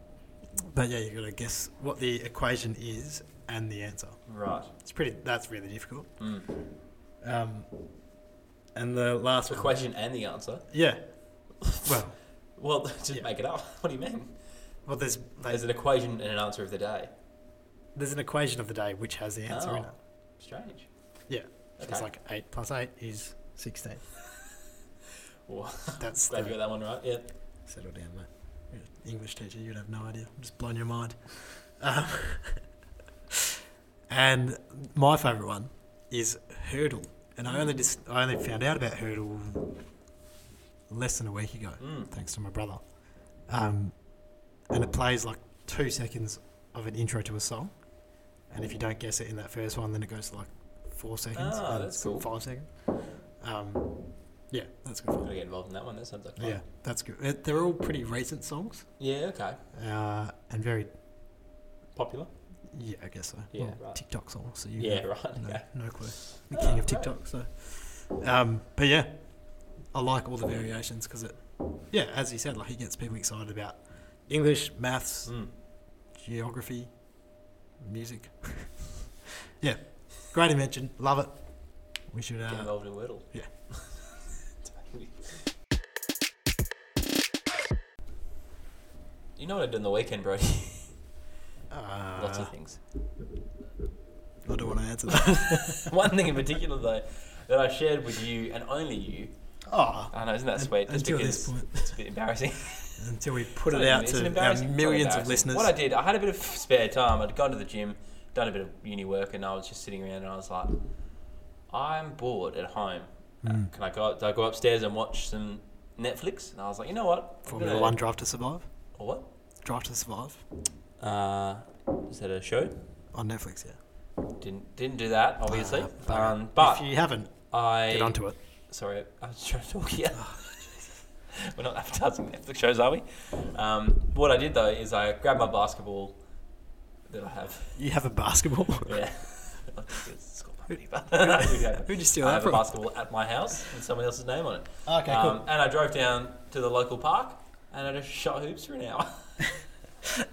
Speaker 2: but yeah, you've got to guess what the equation is and the answer.
Speaker 1: Right.
Speaker 2: It's pretty. That's really difficult.
Speaker 1: Mm.
Speaker 2: Um, and the last
Speaker 1: The
Speaker 2: one.
Speaker 1: question and the answer.
Speaker 2: Yeah. Well,
Speaker 1: Well, just
Speaker 2: Yeah.
Speaker 1: make it up. What do you mean?
Speaker 2: well, there's
Speaker 1: There's
Speaker 2: there's,
Speaker 1: an equation and an answer of the day.
Speaker 2: there's an equation of the day which has the answer in
Speaker 1: Oh.
Speaker 2: it.
Speaker 1: Strange.
Speaker 2: Yeah. So It's
Speaker 1: Okay.
Speaker 2: like eight plus eight is sixteen.
Speaker 1: Well,
Speaker 2: That's
Speaker 1: glad you
Speaker 2: the-
Speaker 1: got that one right. Yeah.
Speaker 2: Settle down, mate. You're an English teacher, you'd have no idea. I'm just blowing your mind. Um, and my favourite one is hurdle, and I only just I only found out about hurdle less than a week ago,
Speaker 1: Mm.
Speaker 2: thanks to my brother. Um, and it plays like two seconds of an intro to a song, and if you don't guess it in that first one, then it goes to like four seconds.
Speaker 1: Ah,
Speaker 2: and
Speaker 1: that's
Speaker 2: it's got
Speaker 1: cool.
Speaker 2: Five seconds. Um, yeah, that's good
Speaker 1: I'm
Speaker 2: fun.
Speaker 1: gonna get involved in that one. That sounds like fun.
Speaker 2: Yeah, that's good. Uh, They're all pretty recent songs,
Speaker 1: Yeah. Okay.
Speaker 2: uh, and very
Speaker 1: Popular.
Speaker 2: yeah, I guess so.
Speaker 1: Yeah,
Speaker 2: Well,
Speaker 1: right.
Speaker 2: TikTok songs. So you
Speaker 1: Yeah.
Speaker 2: have
Speaker 1: Right.
Speaker 2: no,
Speaker 1: Okay.
Speaker 2: no clue. The
Speaker 1: Ah,
Speaker 2: king of
Speaker 1: right.
Speaker 2: TikTok. So, um, but yeah, I like all the variations because it, yeah, as you said, like it gets people excited about English, maths,
Speaker 1: Mm.
Speaker 2: geography, music. yeah, great invention. Love it. We should.
Speaker 1: Get
Speaker 2: Uh,
Speaker 1: involved in Wordle.
Speaker 2: yeah.
Speaker 1: you know what I did on the weekend, Brody?
Speaker 2: uh,
Speaker 1: Lots of things.
Speaker 2: I don't want to answer that.
Speaker 1: One thing in particular, though, that I shared with you and only you.
Speaker 2: oh,
Speaker 1: I know, isn't that sweet? Just
Speaker 2: until
Speaker 1: because
Speaker 2: this point.
Speaker 1: it's a bit embarrassing.
Speaker 2: until we put
Speaker 1: It's
Speaker 2: it
Speaker 1: not
Speaker 2: out
Speaker 1: even- it's an
Speaker 2: to our
Speaker 1: embarrassing- it's not
Speaker 2: millions of
Speaker 1: embarrassing.
Speaker 2: listeners.
Speaker 1: What I did, I had a bit of spare time. I'd gone to the gym, done a bit of uni work, and I was just sitting around and I was like, I'm bored at home. Uh,
Speaker 2: Mm.
Speaker 1: Can I go? Do I go upstairs and watch some Netflix? And I was like, you know what? I'm
Speaker 2: Formula
Speaker 1: gonna-
Speaker 2: One Drive to Survive.
Speaker 1: Or what?
Speaker 2: Drive to Survive
Speaker 1: Uh, is that a show?
Speaker 2: on Netflix. Yeah,
Speaker 1: Didn't didn't do that obviously.
Speaker 2: Ah, bugger.
Speaker 1: um, but
Speaker 2: if you haven't,
Speaker 1: I
Speaker 2: get Ah. onto it.
Speaker 1: Sorry, I was trying to talk here. We're not advertising Netflix shows, are we? Um, what I did though is I grabbed my basketball that I have.
Speaker 2: You have a basketball.
Speaker 1: Yeah. it's got my money, but
Speaker 2: Who'd you steal
Speaker 1: I
Speaker 2: that
Speaker 1: have a
Speaker 2: from?
Speaker 1: basketball at my house with someone else's name on it.
Speaker 2: Okay,
Speaker 1: Um, And I drove down to the local park and I just shot hoops for an hour. Um,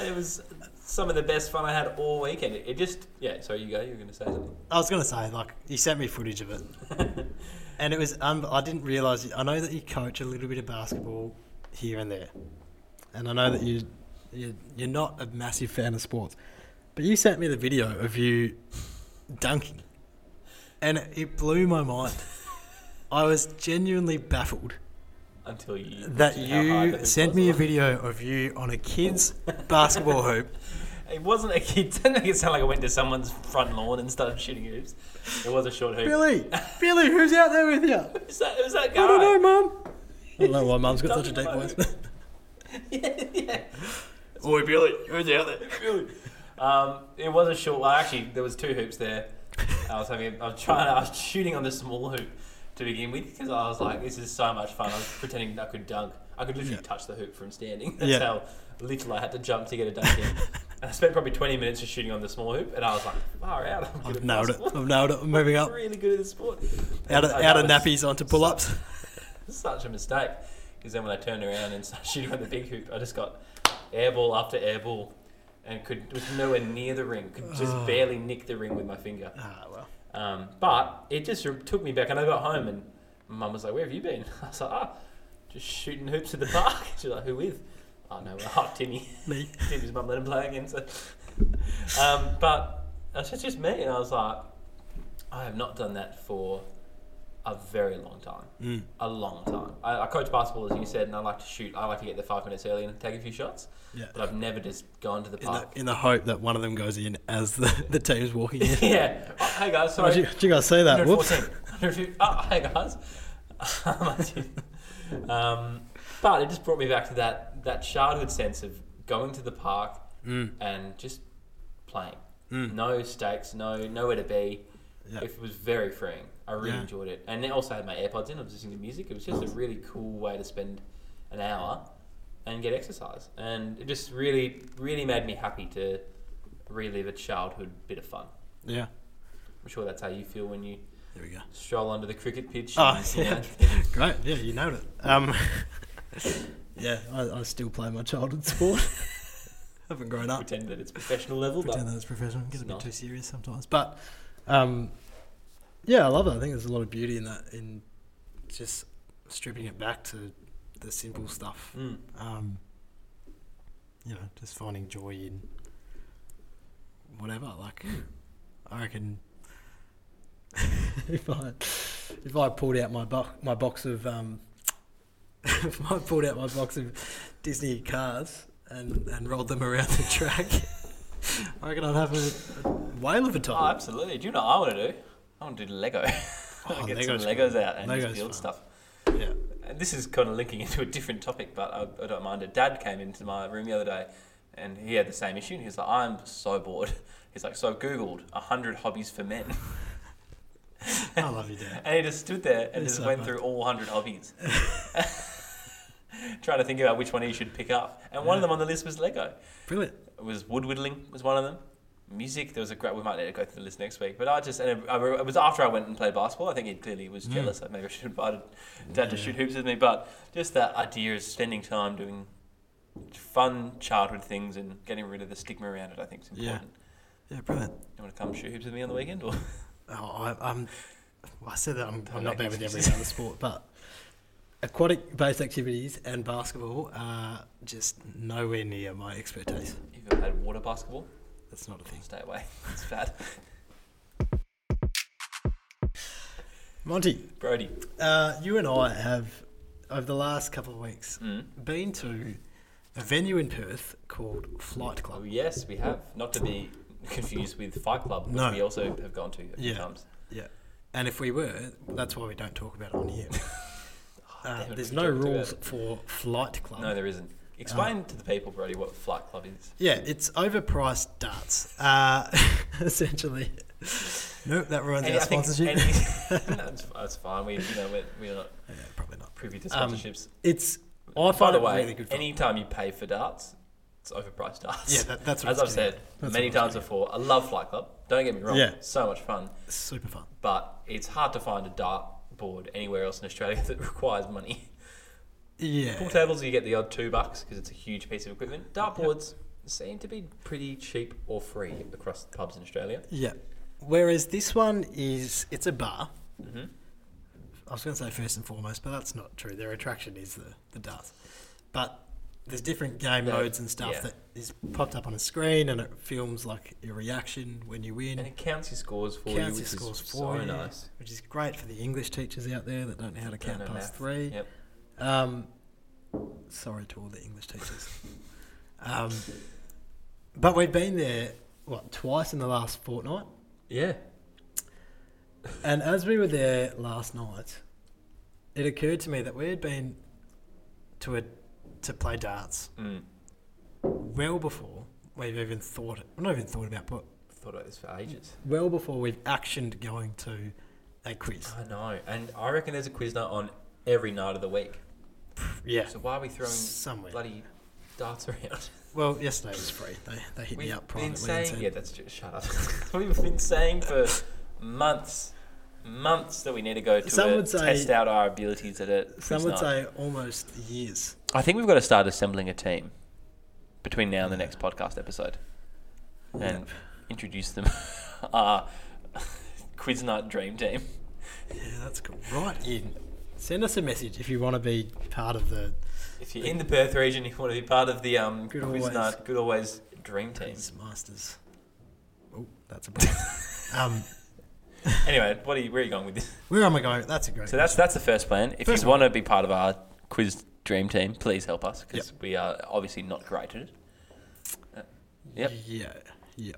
Speaker 1: and it was some of the best fun I had all weekend. It, it just, yeah, sorry, you go, you were going to say something.
Speaker 2: I was gonna say, like, you sent me footage of it, and it was. Um, I didn't realize. I know that you coach a little bit of basketball here and there, and I know that you, you you're not a massive fan of sports, but you sent me the video of you dunking, and it blew my mind. I was genuinely baffled.
Speaker 1: Until you.
Speaker 2: that
Speaker 1: mentioned how hard the
Speaker 2: you
Speaker 1: hoop
Speaker 2: sent
Speaker 1: was.
Speaker 2: me a video of you on a kid's basketball hoop.
Speaker 1: It wasn't a kid. Didn't make it sound like I went to someone's front lawn and started shooting hoops. It was a short hoop.
Speaker 2: Billy, Billy, who's out there with you?
Speaker 1: It was that, it was that
Speaker 2: I
Speaker 1: guy.
Speaker 2: don't know, Mum. I don't know why Mum's got such a
Speaker 1: Dunking on
Speaker 2: deep
Speaker 1: my
Speaker 2: voice.
Speaker 1: yeah, yeah.
Speaker 2: Oi, Billy, who's out there?
Speaker 1: Really. Um, it was a short. Well, actually, there was two hoops there. I was having. I was trying. I was shooting on the small hoop to begin with because I was like, "This is so much fun." I was pretending I could dunk. I could literally
Speaker 2: Yeah.
Speaker 1: touch the hoop from standing. That's
Speaker 2: Yeah.
Speaker 1: how little I had to jump to get a dunk in. and I spent probably 20 minutes just shooting on the small hoop, and I was like, "Far out!" I'm good
Speaker 2: I've
Speaker 1: at
Speaker 2: Oh, nailed it.
Speaker 1: basketball.
Speaker 2: I've nailed it. I'm moving up.
Speaker 1: Really good at the sport.
Speaker 2: Out of,
Speaker 1: And
Speaker 2: out
Speaker 1: that
Speaker 2: of
Speaker 1: was-
Speaker 2: nappies onto pull ups.
Speaker 1: such a mistake because then when I turned around and started shooting on the big hoop, I just got airball after airball, and could was nowhere near the ring. Could just barely nick the ring with my finger.
Speaker 2: Ah, well.
Speaker 1: Um, but it just re- took me back, and I got home, and Mum was like, "Where have you been?" I was like, "Ah, just shooting hoops at the park." She's like, "Who with?" Oh no, oh Timmy.
Speaker 2: Me.
Speaker 1: Timmy's mum let him play again. So, um, but it's just, just me, and I was like, I have not done that for a very long time.
Speaker 2: Mm.
Speaker 1: A long time. I, I coach basketball, as you said, and I like to shoot. I like to get there five minutes early and take a few shots.
Speaker 2: Yeah.
Speaker 1: But I've never just gone to the
Speaker 2: In the,
Speaker 1: park.
Speaker 2: in the hope that one of them goes in as the, the team's walking in.
Speaker 1: yeah. Oh, hey guys,
Speaker 2: Oh,
Speaker 1: sorry.
Speaker 2: did, you, did you guys see that? Whoops.
Speaker 1: 114. 150. Oh, hey guys. Um, I did. um, but it just brought me back to that that childhood sense of going to the park
Speaker 2: Mm,
Speaker 1: and just playing. No stakes, no nowhere to be.
Speaker 2: Yeah.
Speaker 1: It was very freeing. I really
Speaker 2: Yeah.
Speaker 1: enjoyed it, and I also had my AirPods in. I was listening to music. It was just a really cool way to spend an hour and get exercise, and it just really, really made me happy to relive a childhood bit of fun.
Speaker 2: Yeah.
Speaker 1: I'm sure that's how you feel when you
Speaker 2: There we go.
Speaker 1: stroll onto the cricket pitch.
Speaker 2: Oh,
Speaker 1: and, you
Speaker 2: yeah.
Speaker 1: know,
Speaker 2: Great. Yeah, you nailed it. Um, yeah, I, I still play my childhood sport. Haven't grown up.
Speaker 1: pretend that it's professional level.
Speaker 2: Pretend
Speaker 1: But
Speaker 2: that it's professional. It gets a bit
Speaker 1: not.
Speaker 2: too serious sometimes. But um, yeah, I love it. I think there's a lot of beauty in that, in just stripping it back to the simple stuff.
Speaker 1: mm,
Speaker 2: Um, you know, just finding joy in whatever. Like, I reckon if I if I pulled out my bo- my box of um, if I pulled out my box of Disney cars and, and rolled them around the track, I reckon I'd have a, a whale of a
Speaker 1: oh,
Speaker 2: time.
Speaker 1: absolutely. Do you know what I want to do? I want to do Lego. I
Speaker 2: Oh,
Speaker 1: get
Speaker 2: Lego's
Speaker 1: some Legos
Speaker 2: fun.
Speaker 1: out and
Speaker 2: Lego's
Speaker 1: just build
Speaker 2: fun.
Speaker 1: stuff.
Speaker 2: yeah.
Speaker 1: And this is kind of linking into a different topic, but I, I don't mind it. Dad came into my room the other day, and he had the same issue. And he was like, "I'm so bored." He's like, "So I've googled hundred hobbies for men,"
Speaker 2: I love you, Dad.
Speaker 1: and he just stood there and
Speaker 2: It's
Speaker 1: just
Speaker 2: so
Speaker 1: went
Speaker 2: fun.
Speaker 1: through all hundred hobbies, trying to think about which one he should pick up. And one of them on the list was Lego.
Speaker 2: Brilliant.
Speaker 1: It was wood whittling was one of them. Music, there was a great. We might let it go through the list next week. But I just and I, it was after I went and played basketball. I think he clearly
Speaker 2: Hmm.
Speaker 1: was jealous. that Maybe I should have invited Dad to shoot hoops with me. But just that idea of spending time doing fun childhood things and getting rid of the stigma around it, I think is
Speaker 2: Yeah.
Speaker 1: important.
Speaker 2: Yeah, brilliant.
Speaker 1: You want to come shoot hoops with me on the weekend? Or
Speaker 2: Oh, I, I'm. Well, I said that I'm, I'm not
Speaker 1: Don't
Speaker 2: bad
Speaker 1: make
Speaker 2: with every
Speaker 1: excuses.
Speaker 2: other sport, but aquatic-based activities and basketball are just nowhere near my expertise.
Speaker 1: if you've ever had water basketball,
Speaker 2: That's not a thing.
Speaker 1: stay away. It's bad.
Speaker 2: Monty,
Speaker 1: Brody,
Speaker 2: uh, you and I have over the last couple of weeks
Speaker 1: Mm.
Speaker 2: been to a venue in Perth called Flight
Speaker 1: oh,
Speaker 2: Club.
Speaker 1: yes, we have. Not to be confused with Fight Club, which
Speaker 2: No.
Speaker 1: we also have gone to a few
Speaker 2: Yeah.
Speaker 1: times.
Speaker 2: Yeah, and if we were, that's why we don't talk about it on here. Uh,
Speaker 1: damn it,
Speaker 2: there's
Speaker 1: we
Speaker 2: no
Speaker 1: talked about
Speaker 2: rules
Speaker 1: it.
Speaker 2: for Flight Club.
Speaker 1: No, there isn't. Explain to the people, Brody, what Flight Club is.
Speaker 2: Yeah, it's overpriced darts, uh, essentially. Nope, that ruins
Speaker 1: Any-
Speaker 2: our
Speaker 1: I think
Speaker 2: sponsorship.
Speaker 1: any- no, it's, it's fine. We, you know, we're, we're not
Speaker 2: yeah, probably not.
Speaker 1: privy to
Speaker 2: Um,
Speaker 1: sponsorships.
Speaker 2: It's I
Speaker 1: By
Speaker 2: find
Speaker 1: the
Speaker 2: it
Speaker 1: way,
Speaker 2: really good fun.
Speaker 1: anytime you pay for darts, it's overpriced darts.
Speaker 2: Yeah, that- that's what
Speaker 1: as
Speaker 2: I
Speaker 1: I've
Speaker 2: was getting
Speaker 1: said
Speaker 2: at. That's
Speaker 1: many
Speaker 2: what I was
Speaker 1: times before. I love Flight Club. Don't get me wrong.
Speaker 2: Yeah.
Speaker 1: so much fun.
Speaker 2: It's super fun.
Speaker 1: But it's hard to find a dart board anywhere else in Australia that requires money. Pool
Speaker 2: Yeah,
Speaker 1: tables, you get the odd two bucks because it's a huge piece of equipment. Dart boards seem to be pretty cheap or free across the pubs in Australia.
Speaker 2: yeah. Whereas this one is it's a bar. Mm-hmm.
Speaker 1: Mhm.
Speaker 2: I was going to say first and foremost, but that's not true. Their attraction is the the darts, but there's different game
Speaker 1: Yeah,
Speaker 2: modes and stuff
Speaker 1: yeah.
Speaker 2: that is popped up on a screen and it films like your reaction when you win.
Speaker 1: And it counts your scores for
Speaker 2: counts
Speaker 1: you,
Speaker 2: your
Speaker 1: which
Speaker 2: scores
Speaker 1: is
Speaker 2: for
Speaker 1: so
Speaker 2: you,
Speaker 1: nice.
Speaker 2: which is great for the English teachers out there that don't know how to count
Speaker 1: Don't know
Speaker 2: past
Speaker 1: math.
Speaker 2: three.
Speaker 1: Yep.
Speaker 2: Um, sorry to all the English teachers. um, but we've been there what twice in the last fortnight,
Speaker 1: Yeah.
Speaker 2: and as we were there last night, it occurred to me that we had been to a to play darts
Speaker 1: Mm.
Speaker 2: well before we've even thought not even thought about, but
Speaker 1: Thought about this for ages.
Speaker 2: well before we've actioned going to a quiz.
Speaker 1: I know, and I reckon there's a quiz night on every night of the week. Uh-huh.
Speaker 2: Yeah,
Speaker 1: So why are we throwing
Speaker 2: somewhere.
Speaker 1: bloody darts around?
Speaker 2: Well, yesterday was free. They, they hit me up privately.
Speaker 1: been
Speaker 2: and
Speaker 1: saying,
Speaker 2: said-
Speaker 1: yeah, that's just, shut up. We've been saying for months, months that we need to go to
Speaker 2: Some
Speaker 1: a-
Speaker 2: would say-
Speaker 1: test out our abilities at it.
Speaker 2: Some would say almost years.
Speaker 1: I think we've got to start assembling a team between now and the next podcast episode. and introduce them. uh, Quiznut Dream Team.
Speaker 2: Yeah, that's cool. Right in. Send us a message if you want to be part of the
Speaker 1: If you're in the Perth region, you want to be part of the um,
Speaker 2: Good
Speaker 1: Quiznut
Speaker 2: always.
Speaker 1: Good Always Dream Team.
Speaker 2: Quiz Masters. Oh, that's a problem. um,
Speaker 1: Anyway, what are you, where are you going with this?
Speaker 2: where am I going? That's a great.
Speaker 1: So that's that's the first plan. If
Speaker 2: First
Speaker 1: you want to be part of our quiz dream team, please help us because
Speaker 2: Yep.
Speaker 1: we are obviously not great at it. Uh, Yep.
Speaker 2: Yeah. Yep.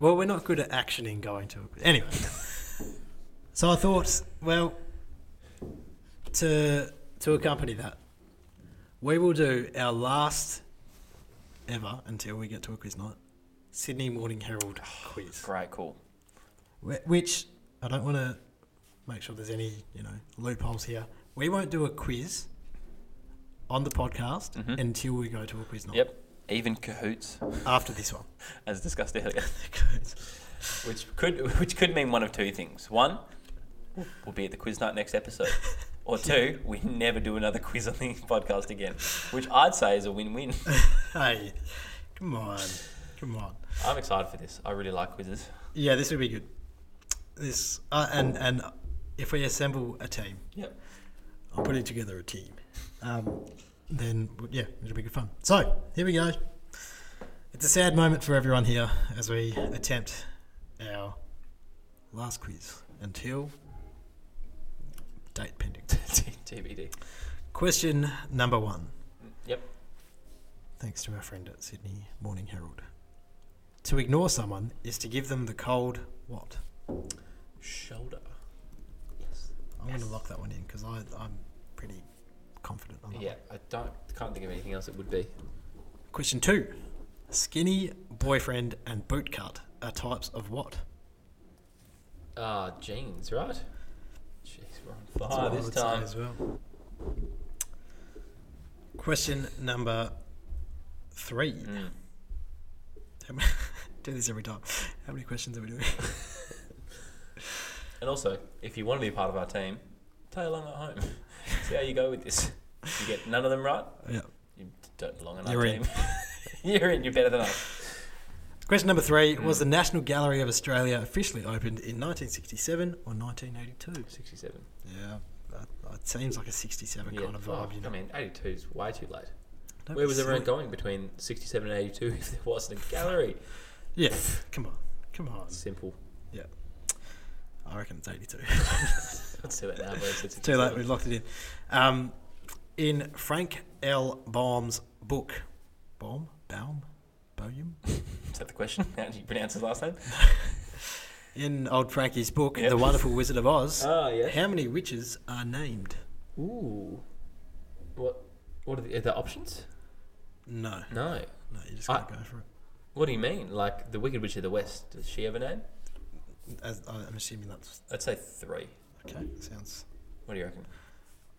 Speaker 2: Well, we're not good at actioning going to it. But anyway. so I thought, well, to to accompany that, we will do our last ever until we get to a quiz night, Sydney Morning Herald quiz,
Speaker 1: Great, cool.
Speaker 2: wh- which I don't want to make sure there's any you know loopholes here. We won't do a quiz on the podcast
Speaker 1: Mhm.
Speaker 2: until we go to a quiz night.
Speaker 1: Yep. Even cahoots,
Speaker 2: After this one.
Speaker 1: as discussed earlier, which could which could mean one of two things. One, we'll be at the quiz night next episode, or two, we never do another quiz on the podcast again, which I'd say is a win-win.
Speaker 2: hey, come on, come on.
Speaker 1: I'm excited for this. I really like quizzes.
Speaker 2: Yeah, this would be good. This uh, and and if we assemble a team,
Speaker 1: Yep.
Speaker 2: I'm putting together a team. Um, then yeah, it'll be good fun. So here we go. It's a sad moment for everyone here as we attempt our last quiz until date pending.
Speaker 1: TBD.
Speaker 2: Question number one.
Speaker 1: Yep.
Speaker 2: thanks to our friend at Sydney Morning Herald. To ignore someone is to give them the cold what?
Speaker 1: Shoulder. Yes.
Speaker 2: I'm going to lock that one in because I'm pretty confident on that.
Speaker 1: Yeah, I don't can't think of anything else it would be.
Speaker 2: one. Question two Skinny, boyfriend, and bootcut are types of what?
Speaker 1: Ah, jeans, right? Jeez, we're on
Speaker 2: That's
Speaker 1: fire
Speaker 2: what I
Speaker 1: this
Speaker 2: would say
Speaker 1: time.
Speaker 2: As well. Question number three.
Speaker 1: Mm.
Speaker 2: How many- Do this every time. How many questions are we doing?
Speaker 1: And also, if you want to be part of our team, play along at home. See how you go with this. You get none of them right,
Speaker 2: yeah.
Speaker 1: you don't belong in our
Speaker 2: You're in.
Speaker 1: team. You're in. You're better than us.
Speaker 2: Question number three
Speaker 1: Mm.
Speaker 2: Was the National Gallery of Australia officially opened in 1967 or 1982?
Speaker 1: Sixty-seven.
Speaker 2: Yeah, that, that seems like a 67
Speaker 1: Yeah,
Speaker 2: kind of
Speaker 1: well,
Speaker 2: vibe, you know.
Speaker 1: I mean, eighty-two is way too late.
Speaker 2: Don't
Speaker 1: Where
Speaker 2: be
Speaker 1: was everyone
Speaker 2: silly.
Speaker 1: going between sixty-seven and eighty-two if there wasn't a gallery?
Speaker 2: Yeah, come on, come on.
Speaker 1: Simple.
Speaker 2: I reckon it's 82.
Speaker 1: Let's do that now. but It's
Speaker 2: Too late, we've locked it in. Um, in Frank L. Baum's book, Baum? Baum? Baum?
Speaker 1: Is that the question? How do you pronounce his last name?
Speaker 2: In old Frankie's book,
Speaker 1: Yep.
Speaker 2: The Wonderful Wizard of Oz,
Speaker 1: Ah, yes.
Speaker 2: how many witches are named?
Speaker 1: Ooh. What? What are the, are the options?
Speaker 2: No,
Speaker 1: No.
Speaker 2: no, you just
Speaker 1: I-
Speaker 2: can't go for it.
Speaker 1: What do you mean? Like the Wicked Witch of the West? Does she have a name?
Speaker 2: As, I'm assuming that's
Speaker 1: I'd say three.
Speaker 2: okay. Sounds
Speaker 1: What do you reckon?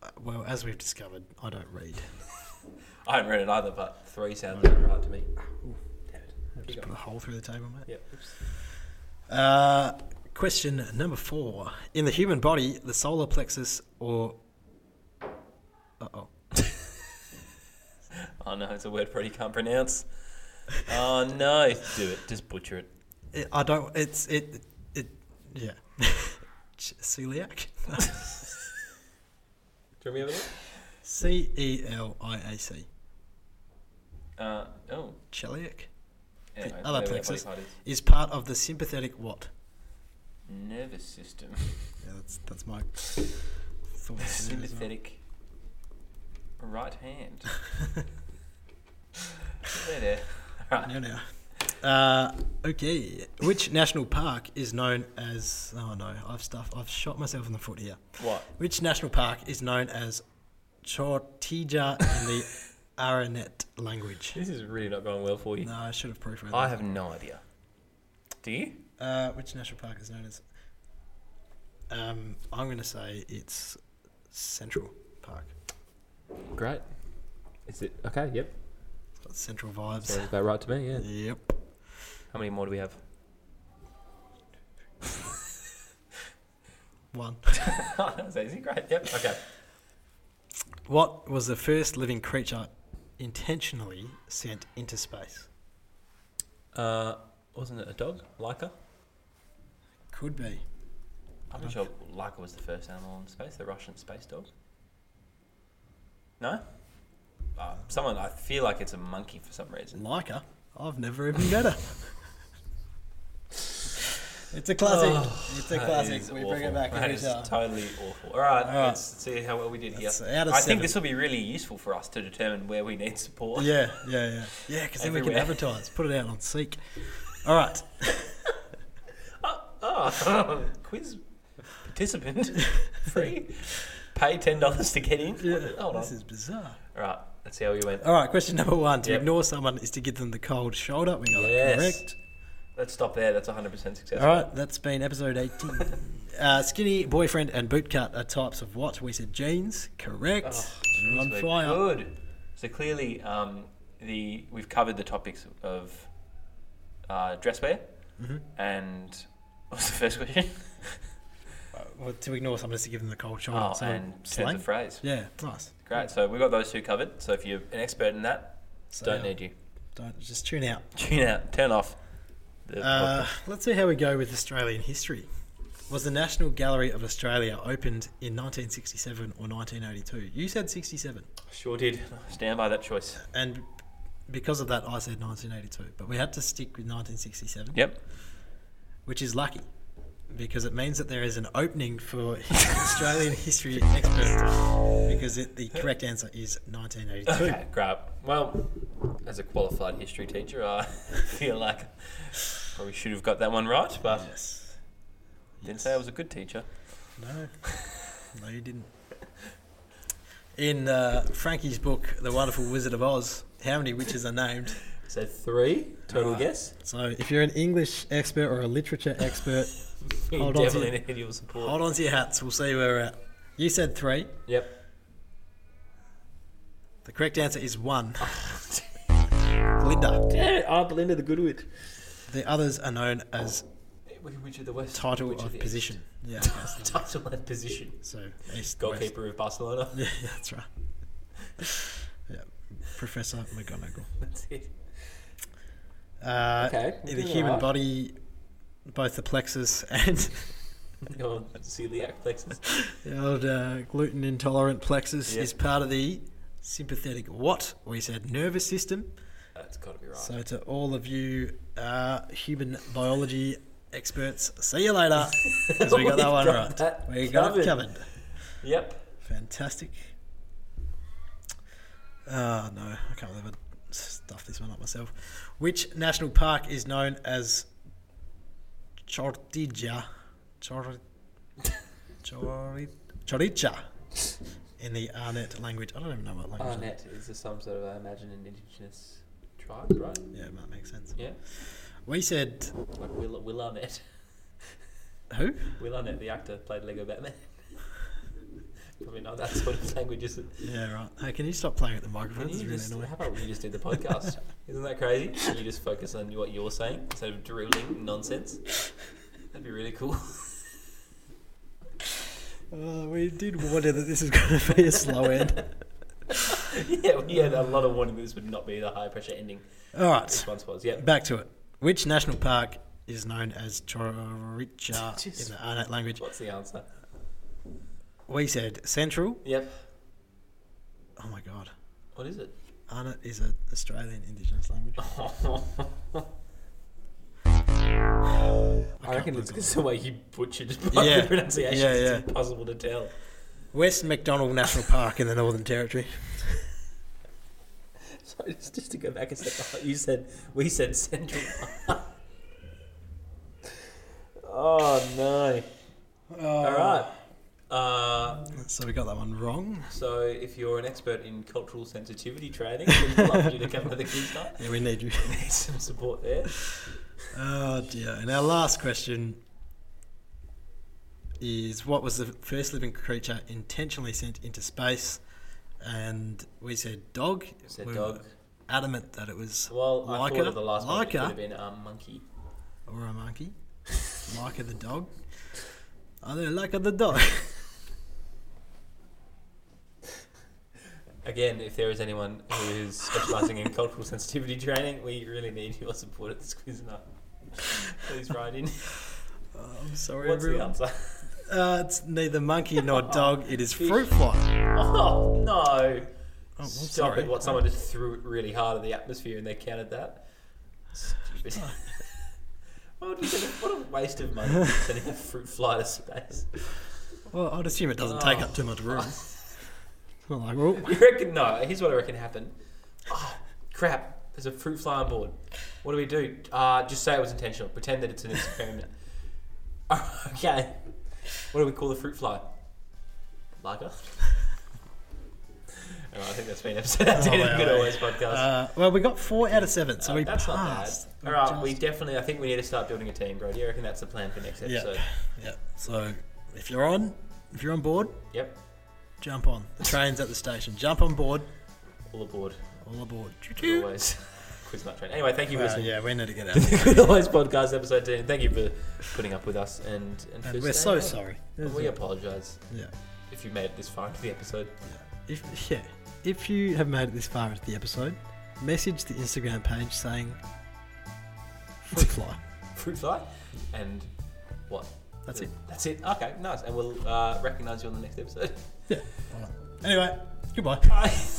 Speaker 2: Uh, Well, as we've discovered, I don't read.
Speaker 1: I haven't read it either, but three sounds about right to me. Damn it. Keep
Speaker 2: I've Just put
Speaker 1: going.
Speaker 2: a hole through the table, mate.
Speaker 1: Yep. Oops.
Speaker 2: Uh, question number four. In the human body, the solar plexus or. Uh oh.
Speaker 1: Oh no, it's a word Freddie can't pronounce. Oh no, do it. Just butcher it.
Speaker 2: I don't. It's. It. It. Yeah. Ch- Celiac?
Speaker 1: Do you want me to have
Speaker 2: C E L I A C.
Speaker 1: a look? Uh, oh.
Speaker 2: Celiac?
Speaker 1: Anyway,
Speaker 2: other
Speaker 1: whatever that body
Speaker 2: plexus.
Speaker 1: part is.
Speaker 2: Is part of the sympathetic what?
Speaker 1: Nervous system.
Speaker 2: Yeah, that's that's my thoughts. there as well.
Speaker 1: Sympathetic. Right hand. there, there. Right.
Speaker 2: No, no. Uh, okay. Which national park is known as? Oh no, I've stuff. I've shot myself in the foot here.
Speaker 1: What?
Speaker 2: Which national park is known as Chortija in the Aranet language?
Speaker 1: This is really not going well for you.
Speaker 2: No, I should have proofread.
Speaker 1: I
Speaker 2: that.
Speaker 1: have no idea. Do you?
Speaker 2: Uh, which national park is known as? Um, I'm going to say it's Central Park.
Speaker 1: Great. Is it okay? Yep.
Speaker 2: It's got Central vibes.
Speaker 1: Sounds about right to me. Yeah.
Speaker 2: Yep.
Speaker 1: How many more do we have?
Speaker 2: One.
Speaker 1: that was easy. Great. Yep. Okay.
Speaker 2: What was the first living creature intentionally sent into space?
Speaker 1: Uh, Wasn't it a dog? Laika?
Speaker 2: Could be.
Speaker 1: I'm not sure Laika was the first animal in space, the Russian space dog. No? Uh, someone, I feel like it's a monkey for some reason.
Speaker 2: Leica. I've never even met her. it's a classic. it's a
Speaker 1: Oh, That
Speaker 2: classic.
Speaker 1: is
Speaker 2: We
Speaker 1: awful.
Speaker 2: bring it back
Speaker 1: That
Speaker 2: every
Speaker 1: is
Speaker 2: time.
Speaker 1: totally awful. All right,
Speaker 2: All right.
Speaker 1: let's see how well we did
Speaker 2: That's
Speaker 1: here.
Speaker 2: out of
Speaker 1: I think
Speaker 2: seven.
Speaker 1: this will be really useful for us to determine where we need support.
Speaker 2: Yeah, yeah, yeah. Yeah, because then we can
Speaker 1: Everywhere.
Speaker 2: advertise, put it out on Seek. All right.
Speaker 1: Oh, quiz participant, free. Pay ten dollars to get in. Hold on.
Speaker 2: this is bizarre.
Speaker 1: All right, let's see how we went.
Speaker 2: All right, question number one. To
Speaker 1: Yep.
Speaker 2: ignore someone is to give them the cold shoulder. We got
Speaker 1: Yes.
Speaker 2: it correct.
Speaker 1: Let's stop there. That's 100 percent successful.
Speaker 2: All right, that's been episode 18. uh, skinny, boyfriend, and bootcut are types of what? We said jeans. Correct. You're on
Speaker 1: These were
Speaker 2: fire.
Speaker 1: Oh, Good. So clearly, um, the we've covered the topics of uh, dresswear
Speaker 2: Mm-hmm.
Speaker 1: and what was the first question?
Speaker 2: Well, to ignore someone is to give them the cold shoulder.
Speaker 1: Oh,
Speaker 2: so
Speaker 1: and turns
Speaker 2: slang.
Speaker 1: of phrase.
Speaker 2: Yeah, nice.
Speaker 1: Great. So we've got those two covered. So if you're an expert in that,
Speaker 2: So,
Speaker 1: don't
Speaker 2: yeah,
Speaker 1: need you.
Speaker 2: Don't just tune out.
Speaker 1: Tune out. Turn off. The
Speaker 2: Uh,
Speaker 1: podcast.
Speaker 2: let's see how we go with Australian history. Was the National Gallery of Australia opened in 1967 or 1982? You said 67,
Speaker 1: sure did. Stand by that choice.
Speaker 2: and because of that, I said 1982. But we had to stick with 1967,
Speaker 1: Yep.
Speaker 2: which is lucky because it means that there is an opening for Australian history experts because it, the correct answer is 1982.
Speaker 1: Okay, great. Well, as a qualified history teacher, I feel like probably should have got that one right, but
Speaker 2: Yes.
Speaker 1: didn't say I was a good teacher.
Speaker 2: No. No, you didn't. In uh, Frankie's book, The Wonderful Wizard of Oz, how many witches are named?
Speaker 1: So three total
Speaker 2: Right.
Speaker 1: guess.
Speaker 2: So, if you're an English expert or a literature expert,
Speaker 1: You
Speaker 2: Hold on to
Speaker 1: definitely
Speaker 2: your-
Speaker 1: need your support.
Speaker 2: hold on to your hats. We'll see where we're at. You said three.
Speaker 1: Yep.
Speaker 2: The correct answer is one. Linda.
Speaker 1: Yeah, oh, Belinda the Good Witch.
Speaker 2: The others are known as
Speaker 1: Witch of the West.
Speaker 2: title
Speaker 1: Witch
Speaker 2: of
Speaker 1: the
Speaker 2: position. Yeah.
Speaker 1: East. Title and position.
Speaker 2: So, east, west.
Speaker 1: Goalkeeper of Barcelona.
Speaker 2: Yeah, that's right. Yeah. Professor McGonagall.
Speaker 1: That's it.
Speaker 2: Uh,
Speaker 1: Okay, we're
Speaker 2: The
Speaker 1: doing
Speaker 2: human
Speaker 1: alright.
Speaker 2: body, both the plexus and
Speaker 1: Your celiac plexus.
Speaker 2: the old uh, gluten intolerant plexus,
Speaker 1: Yeah.
Speaker 2: is part of the sympathetic what? We said nervous system.
Speaker 1: That's got to be right.
Speaker 2: So, to all of you uh, human biology experts, see you later. 'cause we got that
Speaker 1: We've got
Speaker 2: one right.
Speaker 1: that
Speaker 2: we got
Speaker 1: covered.
Speaker 2: it covered.
Speaker 1: yep.
Speaker 2: Fantastic. Ah, no, I can't believe I stuffed this one up myself. Which national park is known as Chortija? Chor- Chori- Choricha in the Arnett language. I don't even know what language. that-
Speaker 1: Arnett is just some sort of, I imagine, an indigenous tribe, right?
Speaker 2: Yeah, that makes sense.
Speaker 1: Yeah.
Speaker 2: We said
Speaker 1: Like Will, Will Arnett.
Speaker 2: who?
Speaker 1: Will Arnett, the actor, played Lego Batman. Probably not that sort of language, is it?
Speaker 2: Yeah, right. Hey, can you stop playing at the microphone?
Speaker 1: Can
Speaker 2: It's
Speaker 1: you
Speaker 2: really
Speaker 1: just,
Speaker 2: annoying.
Speaker 1: how about we just do the podcast? Isn't that crazy? You just focus on what you're saying instead of drilling nonsense. That'd be really cool.
Speaker 2: Uh, we did warn you that this is going to be a slow end.
Speaker 1: yeah, we had a lot of warning this would not be the high pressure ending
Speaker 2: All right.
Speaker 1: this once was. Yeah.
Speaker 2: Back to it. Which national park is known as Choricha
Speaker 1: Jeez.
Speaker 2: in the Arnott language?
Speaker 1: What's the answer?
Speaker 2: We said Central.
Speaker 1: Yep.
Speaker 2: Oh my God.
Speaker 1: What is it?
Speaker 2: Arnott is an Australian Indigenous language.
Speaker 1: I reckon it's
Speaker 2: believe
Speaker 1: because the way you butchered by
Speaker 2: Yeah.
Speaker 1: the pronunciation.
Speaker 2: Yeah, yeah.
Speaker 1: It's impossible to tell.
Speaker 2: West McDonald National Park in the Northern Territory.
Speaker 1: Sorry, just, just to go back a step. You said we said Central. oh no! All right. Uh,
Speaker 2: Oh. So we got that one wrong.
Speaker 1: so if you're an expert in cultural sensitivity training, we'd love you to come to the quiz night.
Speaker 2: Yeah, we need you.
Speaker 1: Need some support there.
Speaker 2: Oh dear. And our last question is what was the first living creature intentionally sent into space? And we said dog.
Speaker 1: Said
Speaker 2: We were
Speaker 1: dog.
Speaker 2: Adamant that it was
Speaker 1: Well, I
Speaker 2: Leica,
Speaker 1: thought of the last one. It could
Speaker 2: Leica.
Speaker 1: have been um, monkey.
Speaker 2: or a monkey. Like of the dog. Are they like of the dog?
Speaker 1: Again, if there is anyone who is specialising in cultural sensitivity training, we really need your support at this quiz night. Please write in.
Speaker 2: I'm sorry,
Speaker 1: What's the
Speaker 2: everyone.
Speaker 1: answer?
Speaker 2: Uh, it's neither monkey nor dog. It is fruit fly.
Speaker 1: Oh no!
Speaker 2: Oh, I'm
Speaker 1: Stop
Speaker 2: sorry.
Speaker 1: it! What someone just threw it really hard in the atmosphere and they counted that. Stupid. Why would you send a- what a waste of money sending a fruit fly to space.
Speaker 2: Well, I'd assume it doesn't take up too much room. I'm like, well,
Speaker 1: You reckon? No. Here's what I reckon happened. Oh, crap! There's a fruit fly on board. What do we do? Uh, just say it was intentional. Pretend that it's an experiment. okay. What do we call the fruit fly? Lager. Oh, I think that's been episode 18 of
Speaker 2: wow.
Speaker 1: Good Always Podcast.
Speaker 2: Oh, uh, well, we got four out of seven, so
Speaker 1: Uh,
Speaker 2: we
Speaker 1: that's
Speaker 2: passed.
Speaker 1: not bad. All right, we definitely. I think we need to start building a team, bro. Do you reckon that's the plan for next
Speaker 2: yeah,
Speaker 1: episode?
Speaker 2: yeah. So if you're on, if you're on board,
Speaker 1: Yep.
Speaker 2: jump on. The train's at the station. Jump on board.
Speaker 1: All aboard.
Speaker 2: All aboard.
Speaker 1: Good always. Quiz not train. Anyway, thank you for
Speaker 2: Uh,
Speaker 1: listening.
Speaker 2: Mm. yeah, we need to get out.
Speaker 1: to Good always podcast episode ten. Thank you for putting up with us and and, for
Speaker 2: And
Speaker 1: staying
Speaker 2: we're so
Speaker 1: on.
Speaker 2: sorry.
Speaker 1: And We apologise
Speaker 2: Yeah.
Speaker 1: if you made it this far into the episode.
Speaker 2: If, yeah. If you have made it this far into the episode, message the Instagram page saying fruit fly.
Speaker 1: Fruit fly, and what?
Speaker 2: That's it.
Speaker 1: That's it. Okay, nice. And we'll uh, recognise you on the next episode.
Speaker 2: Yeah. Anyway, goodbye.
Speaker 1: Bye.